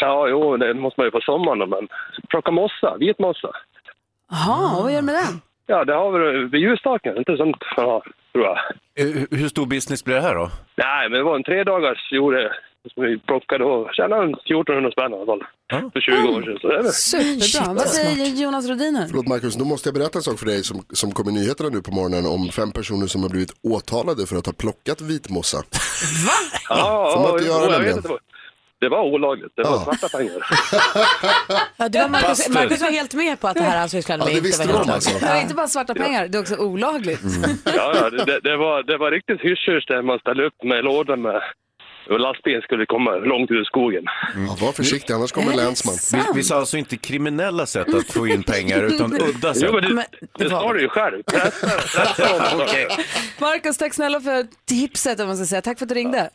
Speaker 19: Ja, jo, det måste man ju på sommaren. Men plocka mossa, vit mossa. Ah.
Speaker 1: Jaha, vad gör du med den?
Speaker 19: Ja, det har vi vid ljusstaken. Inte sånt man har, tror jag.
Speaker 3: Hur, Eh, hur stor business blir det här då?
Speaker 19: Nej, men det var en tredagars gjorde som vi plockade och tjänade en 1400 spänn i alla fall. För 20 år sedan. Så det är väl-
Speaker 1: Superbra. Vad säger Jonas Rodiner?
Speaker 5: Förlåt Marcus, då måste jag berätta en sak för dig som, som kom i nyheterna nu på morgonen om fem personer som har blivit åtalade för att ha plockat vitmossa.
Speaker 19: Ja,
Speaker 5: Får man inte göra
Speaker 19: jo, jag vet
Speaker 5: nämligen.
Speaker 19: inte. vad- Det var olagligt. Det var svarta pengar.
Speaker 2: Ja, det var Marcus,
Speaker 19: Bastard.
Speaker 2: Marcus var helt med på att det här han sysslade
Speaker 19: Ja,
Speaker 2: med
Speaker 19: det
Speaker 2: inte
Speaker 19: visste
Speaker 2: var
Speaker 19: de
Speaker 2: helt
Speaker 19: alltså.
Speaker 2: lagligt.
Speaker 1: Det var inte bara svarta
Speaker 19: Ja. Mm.
Speaker 1: pengar, det är också olagligt.
Speaker 19: Ja, ja det, det, var, det var riktigt hysch där man ställde upp med lådor med och lastbilen skulle komma långt ut i skogen.
Speaker 5: var försiktig, annars kommer
Speaker 19: Är det
Speaker 5: länsman.
Speaker 19: sant?
Speaker 3: Vi, vi sa alltså inte kriminella sätt att få in pengar utan udda sätt.
Speaker 19: Jo, men det, det, sa du ju själv. Pressa, pressa.
Speaker 3: Okej.
Speaker 1: Markus, tack snälla för tipset om man ska säga. Tack för att du ringde.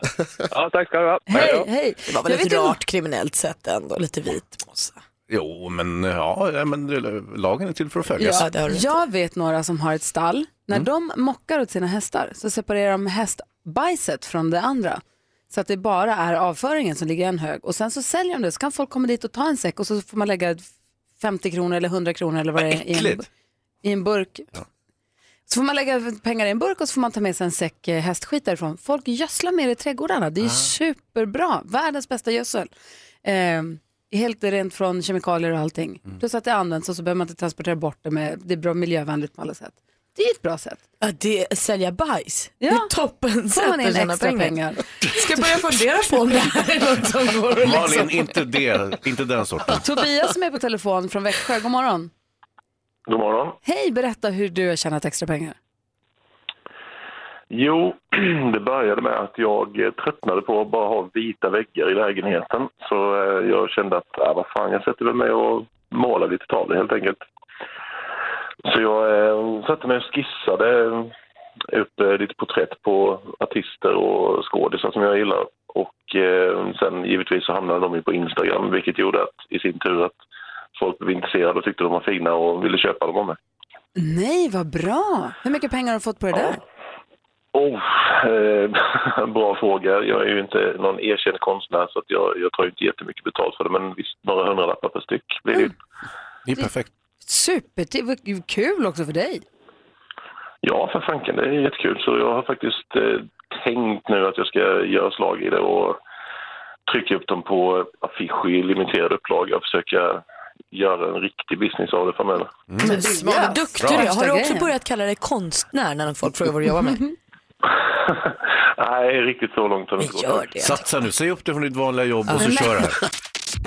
Speaker 19: Ja, tack ska du ha.
Speaker 1: Hej, hej.
Speaker 2: Det var
Speaker 1: Jag
Speaker 2: väl ett
Speaker 1: vet inte-
Speaker 2: rart kriminellt sätt ändå, lite vit mossa.
Speaker 3: Jo, men ja, ja, men det- lagen är till för att följas.
Speaker 1: Ja, jag vet några som har ett stall. När de mockar åt sina hästar så separerar de hästbajset från det andra. Så att det bara är avföringen som ligger i en hög. Och sen så säljer de det så kan folk komma dit och ta en säck och så får man lägga 50 kronor eller 100 kronor eller vad det är i en,
Speaker 14: äckligt.
Speaker 1: i en burk. Så får man lägga pengar i en burk och så får man ta med sig en säck eh, hästskit därifrån. Folk gödslar med det i trädgårdarna. Det är ju superbra. Världens bästa gödsel. Ehm, helt rent från kemikalier och allting. Plus att det används och så behöver man inte transportera bort det. Med, det är bra miljövänligt på alla sätt. Det är ett bra sätt.
Speaker 2: Ja, det är sälja bajs.
Speaker 1: Ja.
Speaker 2: Det är toppen
Speaker 1: Får man in
Speaker 2: tjäna
Speaker 1: extra pengar.
Speaker 2: Ska börja fundera på om det här är något som går att
Speaker 3: Malin,
Speaker 2: liksom...
Speaker 3: inte, det, inte den sorten.
Speaker 1: Tobias som är på telefon från Växjö, god morgon.
Speaker 20: God morgon.
Speaker 1: Hej, berätta hur du har tjänat extra pengar.
Speaker 20: Jo, det började med att jag eh, tröttnade på att bara ha vita väggar i lägenheten. Så eh, jag kände att, ah, vad fan, jag sätter väl mig och målar lite tavlor helt enkelt. Så jag eh, satte mig och skissade eh, upp eh, lite porträtt på artister och skådisar som jag gillar. Och eh, sen givetvis så hamnade de ju på Instagram, vilket gjorde att, i sin tur att folk blev intresserade och tyckte de var fina och ville köpa dem av mig.
Speaker 1: Nej, vad bra. Hur mycket pengar har du fått på det där?
Speaker 20: Oh, eh, bra fråga. Jag är ju inte någon erkänd konstnär så att jag, jag tar ju inte jättemycket betalt för det. Men visst, några hundralappar per styck blir det ju.
Speaker 3: Mm. Det är perfekt.
Speaker 1: Super, vad kul också för dig.
Speaker 20: Ja, för fanken. Det är jättekul. Så jag har faktiskt eh, tänkt nu att jag ska göra slag i det och trycka upp dem på affischer i limiterad upplaga och försöka göra en riktig business av det framöver.
Speaker 3: Mm.
Speaker 2: Men smart, vad duktig du
Speaker 20: Bra.
Speaker 2: är. Har du också
Speaker 20: Grejen.
Speaker 2: börjat kalla dig konstnär när folk frågar vad du jobbar med?
Speaker 20: Nej, riktigt så långt har det inte
Speaker 2: Gör det.
Speaker 3: Satsa nu, säg upp det från ditt vanliga jobb och så
Speaker 1: Nej.
Speaker 3: kör det här.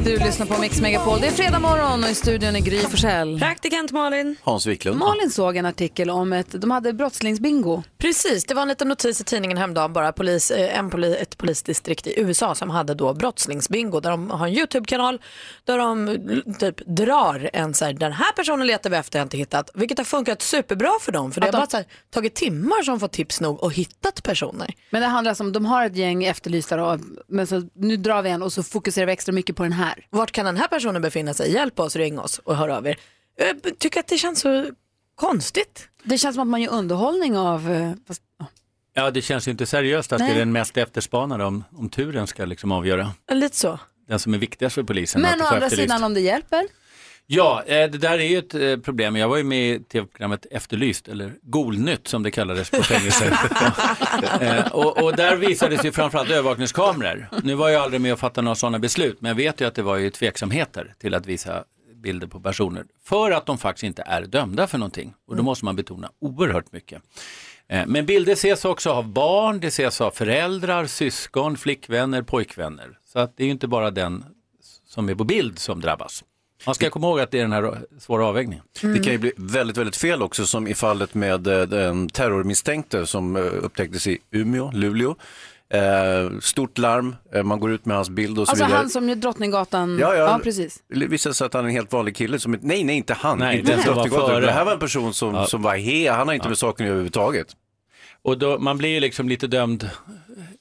Speaker 1: Du lyssnar på Mix Megapol. Det är fredag morgon och i studion är Gry Forssell.
Speaker 2: Praktikant Malin.
Speaker 3: Hans Wiklund.
Speaker 1: Malin såg en artikel om ett, de hade brottslingsbingo.
Speaker 2: Precis, det var en liten notis i tidningen häromdagen bara. Polis, eh, en poli, ett polisdistrikt i USA som hade då brottslingsbingo där de har en YouTube-kanal där de eh, typ drar en så här, den här personen letar vi efter jag har inte hittat. Vilket har funkat superbra för dem för det har bara så här, tagit timmar som fått tips nog och hittat personer.
Speaker 1: Men det handlar alltså om, de har ett gäng efterlysta då, men så, nu drar vi en och så fokuserar vi extra mycket på den här.
Speaker 2: Vart kan den här personen befinna sig? Hjälp oss, ring oss och hör av er. Jag tycker att det känns så konstigt.
Speaker 1: Det känns som att man gör underhållning av, eh, fast,
Speaker 21: Ja, det känns ju inte seriöst att
Speaker 1: Nej.
Speaker 21: det är den mest efterspanade om, om turen ska liksom avgöra.
Speaker 2: lite så.
Speaker 21: Den som är viktigast för polisen. att
Speaker 1: men
Speaker 21: få
Speaker 1: å andra
Speaker 21: efterlyst.
Speaker 1: sidan om det hjälper.
Speaker 21: Ja, eh, det där är ju ett eh, problem. Jag var ju med i tv-programmet Efterlyst, eller Golnytt som det kallades på fängelset. Eh, och, och där visades ju framförallt övervakningskameror. Nu var jag aldrig med och fattade några sådana beslut, men jag vet ju att det var ju tveksamheter till att visa bilder på personer för att de faktiskt inte är dömda för någonting. Och då
Speaker 22: Mm.
Speaker 21: måste man betona oerhört mycket. Eh, Men bilder ses också av barn, det ses av föräldrar, syskon, flickvänner, pojkvänner. Så att det är ju inte bara den som är på bild som drabbas. Man ska komma ihåg att det är den här svåra avvägningen.
Speaker 3: Det kan ju bli väldigt, väldigt fel också som i fallet med eh, den terrormisstänkte som eh, upptäcktes i Umeå, Luleå. Eh, stort larm, eh, man går ut med hans bild och så
Speaker 1: Alltså
Speaker 3: vidare.
Speaker 1: han som gör Drottninggatan,
Speaker 3: Ja, ja.
Speaker 1: precis.
Speaker 3: Det visade sig att han är en helt vanlig kille som, nej, nej inte han,
Speaker 21: Nej,
Speaker 3: inte
Speaker 21: den som var
Speaker 3: Drottninggatan,
Speaker 21: före.
Speaker 3: utan Det här var en person som, som var he, han har inte med saken att göra överhuvudtaget.
Speaker 21: Och då, man blir ju liksom lite dömd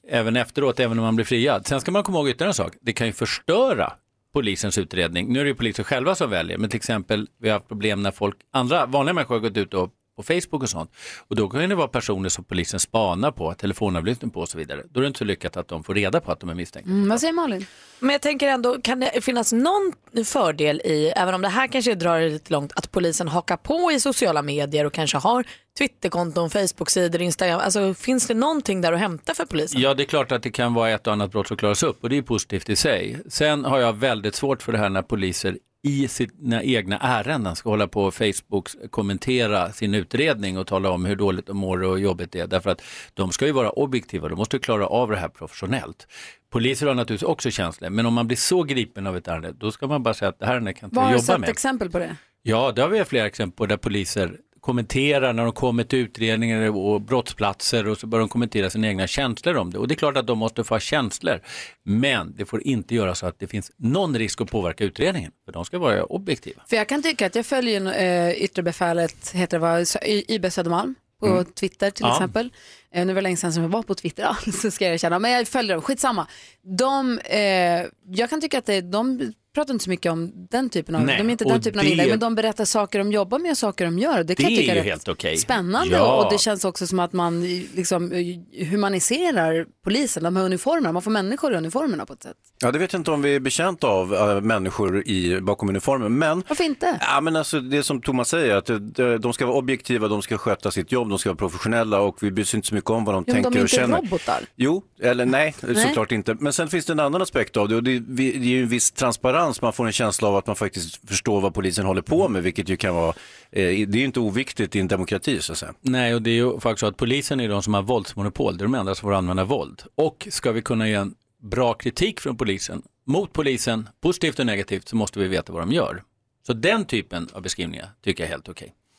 Speaker 21: även efteråt, även om man blir friad. Sen ska man komma ihåg ytterligare en sak, det kan ju förstöra polisens utredning. Nu är det ju polisen själva som väljer, men till exempel vi har haft problem när folk, andra vanliga människor har gått ut och på Facebook och sånt. Och då kan det vara personer som polisen spanar på, telefonavlyssning på och så vidare. Då är det inte så lyckat att de får reda på att de är misstänkta.
Speaker 1: Mm, vad säger Malin?
Speaker 2: Men jag tänker ändå, kan det finnas någon fördel i, även om det här kanske drar det lite långt, att polisen hakar på i sociala medier och kanske har Twitterkonton, Facebooksidor, Instagram. Alltså finns det någonting där att hämta för polisen?
Speaker 21: Ja, det är klart att det kan vara ett och annat brott som klaras upp och det är positivt i sig. Sen har jag väldigt svårt för det här när poliser i sina egna ärenden ska hålla på och Facebook kommentera sin utredning och tala om hur dåligt de mår och jobbigt det är. Därför att de ska ju vara objektiva, de måste ju klara av det här professionellt. Poliser har naturligtvis också känslor, men om man blir så gripen av ett ärende, då ska man bara säga att det här ärendet kan inte
Speaker 1: Vad har
Speaker 21: jag
Speaker 1: du
Speaker 21: jobba
Speaker 1: sett
Speaker 21: med.
Speaker 1: exempel på det?
Speaker 21: Ja, det har vi flera exempel på där poliser kommenterar när de kommer till utredningar och brottsplatser och så börjar de kommentera sina egna känslor om det. Och det är klart att de måste få ha känslor. Men det får inte göra så att det finns någon risk att påverka utredningen. För de ska vara objektiva.
Speaker 1: För jag kan tycka att jag följer ju, eh, yttre befälet, heter det vad, Sö- Y- YB Södermalm på
Speaker 21: Mm.
Speaker 1: Twitter till
Speaker 21: Ja.
Speaker 1: exempel. Eh, nu var det länge sedan som jag var på Twitter alls, så ska jag erkänna. Men jag följer dem, skitsamma. De, eh, jag kan tycka att det, de pratar inte så mycket om den typen av,
Speaker 21: Nej,
Speaker 1: de är inte den
Speaker 21: och
Speaker 1: typen av
Speaker 21: det-
Speaker 1: inlägg, men de berättar saker de jobbar med och saker de gör. Det kan
Speaker 21: Det
Speaker 1: jag tycka
Speaker 21: är ju
Speaker 1: rätt
Speaker 21: helt okej.
Speaker 1: spännande
Speaker 21: Ja.
Speaker 1: och det känns också som att man eh, liksom, eh, humaniserar polisen, de här uniformerna, man får människor i uniformerna på ett sätt.
Speaker 3: Ja, det vet jag inte om vi är betjänt av äh, människor i, bakom uniformen, men
Speaker 1: Varför inte?
Speaker 3: Ja, men alltså, det som Thomas säger, att eh, de ska vara objektiva, de ska sköta sitt jobb, de ska vara professionella och vi bryr oss inte så mycket om vad de
Speaker 1: Jo, men
Speaker 3: tänker
Speaker 1: de är
Speaker 3: och
Speaker 1: inte
Speaker 3: känner.
Speaker 1: robotar.
Speaker 3: Jo, eller nej,
Speaker 1: Nej.
Speaker 3: såklart inte. Men sen finns det en annan aspekt av det och det, vi- det är ju en viss transparens transparens. Man får en känsla av att man faktiskt förstår vad polisen håller på med, vilket ju kan vara, eh, det är ju inte oviktigt i en demokrati så att säga.
Speaker 21: Nej, och det är ju faktiskt så att polisen är de som har våldsmonopol. Det är de enda som får använda våld. Och ska vi kunna ge en bra kritik från polisen, mot polisen, positivt och negativt, så måste vi veta vad de gör. Så den typen av beskrivningar tycker jag är helt okej.